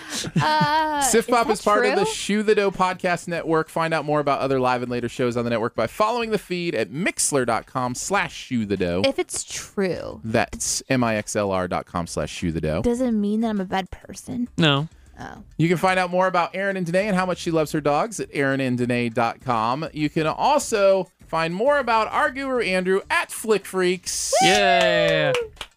Speaker 2: Uh,
Speaker 1: Sif Pop
Speaker 2: that
Speaker 1: is part of the
Speaker 2: true?
Speaker 1: Shoe the Dough podcast network. Find out more about other live and later shows on the network by following the feed at mixler.com slash shoe the dough.
Speaker 2: if it's true,
Speaker 1: That's mixlr.com slash shoe the dough.
Speaker 2: does it mean that I'm a bad person?
Speaker 3: No.
Speaker 2: Oh.
Speaker 1: You can find out more about Erin and Danae and how much she loves her dogs at erinanddanae.com. You can also find more about our guru Andrew at Flick Freaks.
Speaker 3: Yeah.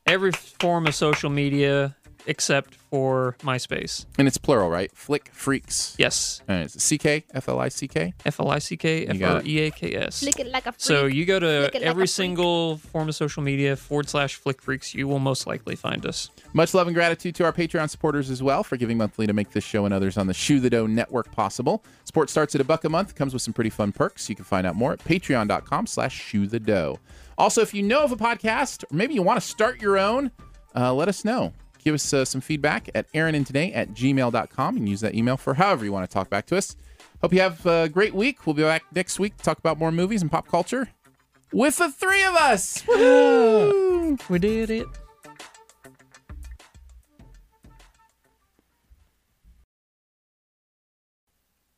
Speaker 3: Every form of social media except for MySpace.
Speaker 1: And it's plural, right? Flick Freaks.
Speaker 3: Yes.
Speaker 1: And it's C-K, F-L-I-C-K.
Speaker 3: F L I C K F
Speaker 1: got
Speaker 3: R
Speaker 1: it.
Speaker 3: E A K S.
Speaker 2: Flick it like a freak.
Speaker 3: So you go to
Speaker 2: Flick it like
Speaker 3: every
Speaker 2: a freak.
Speaker 3: single form of social media forward slash flick freaks, you will most likely find us.
Speaker 1: Much love and gratitude to our Patreon supporters as well for giving monthly to make this show and others on the Shoe the Dough Network possible. Support starts at a buck a month, comes with some pretty fun perks. You can find out more at patreon.com slash shoe the dough. Also, if you know of a podcast, or maybe you want to start your own, uh, let us know. Give us uh, some feedback at aaronandtoday at gmail.com and use that email for however you want to talk back to us. Hope you have a great week. We'll be back next week to talk about more movies and pop culture with the three of us. Woohoo!
Speaker 3: We did it.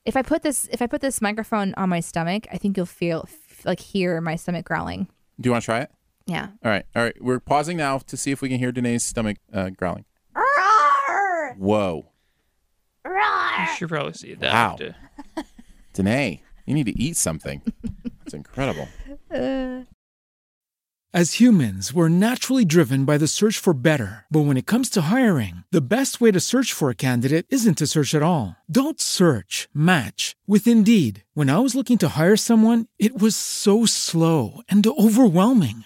Speaker 2: if I put this if I put this microphone on my stomach, I think you'll feel f- like hear my stomach growling.
Speaker 1: Do you want to try it?
Speaker 2: Yeah.
Speaker 1: All right, all right. We're pausing now to see if we can hear Danae's stomach uh, growling. Whoa,
Speaker 3: You should probably see it.
Speaker 1: Wow.
Speaker 3: Wow.
Speaker 1: Danae, you need to eat something. That's incredible.
Speaker 2: Uh,
Speaker 4: As humans, we're naturally driven by the search for better. But when it comes to hiring, the best way to search for a candidate isn't to search at all. Don't search, match with Indeed. When I was looking to hire someone, it was so slow and overwhelming.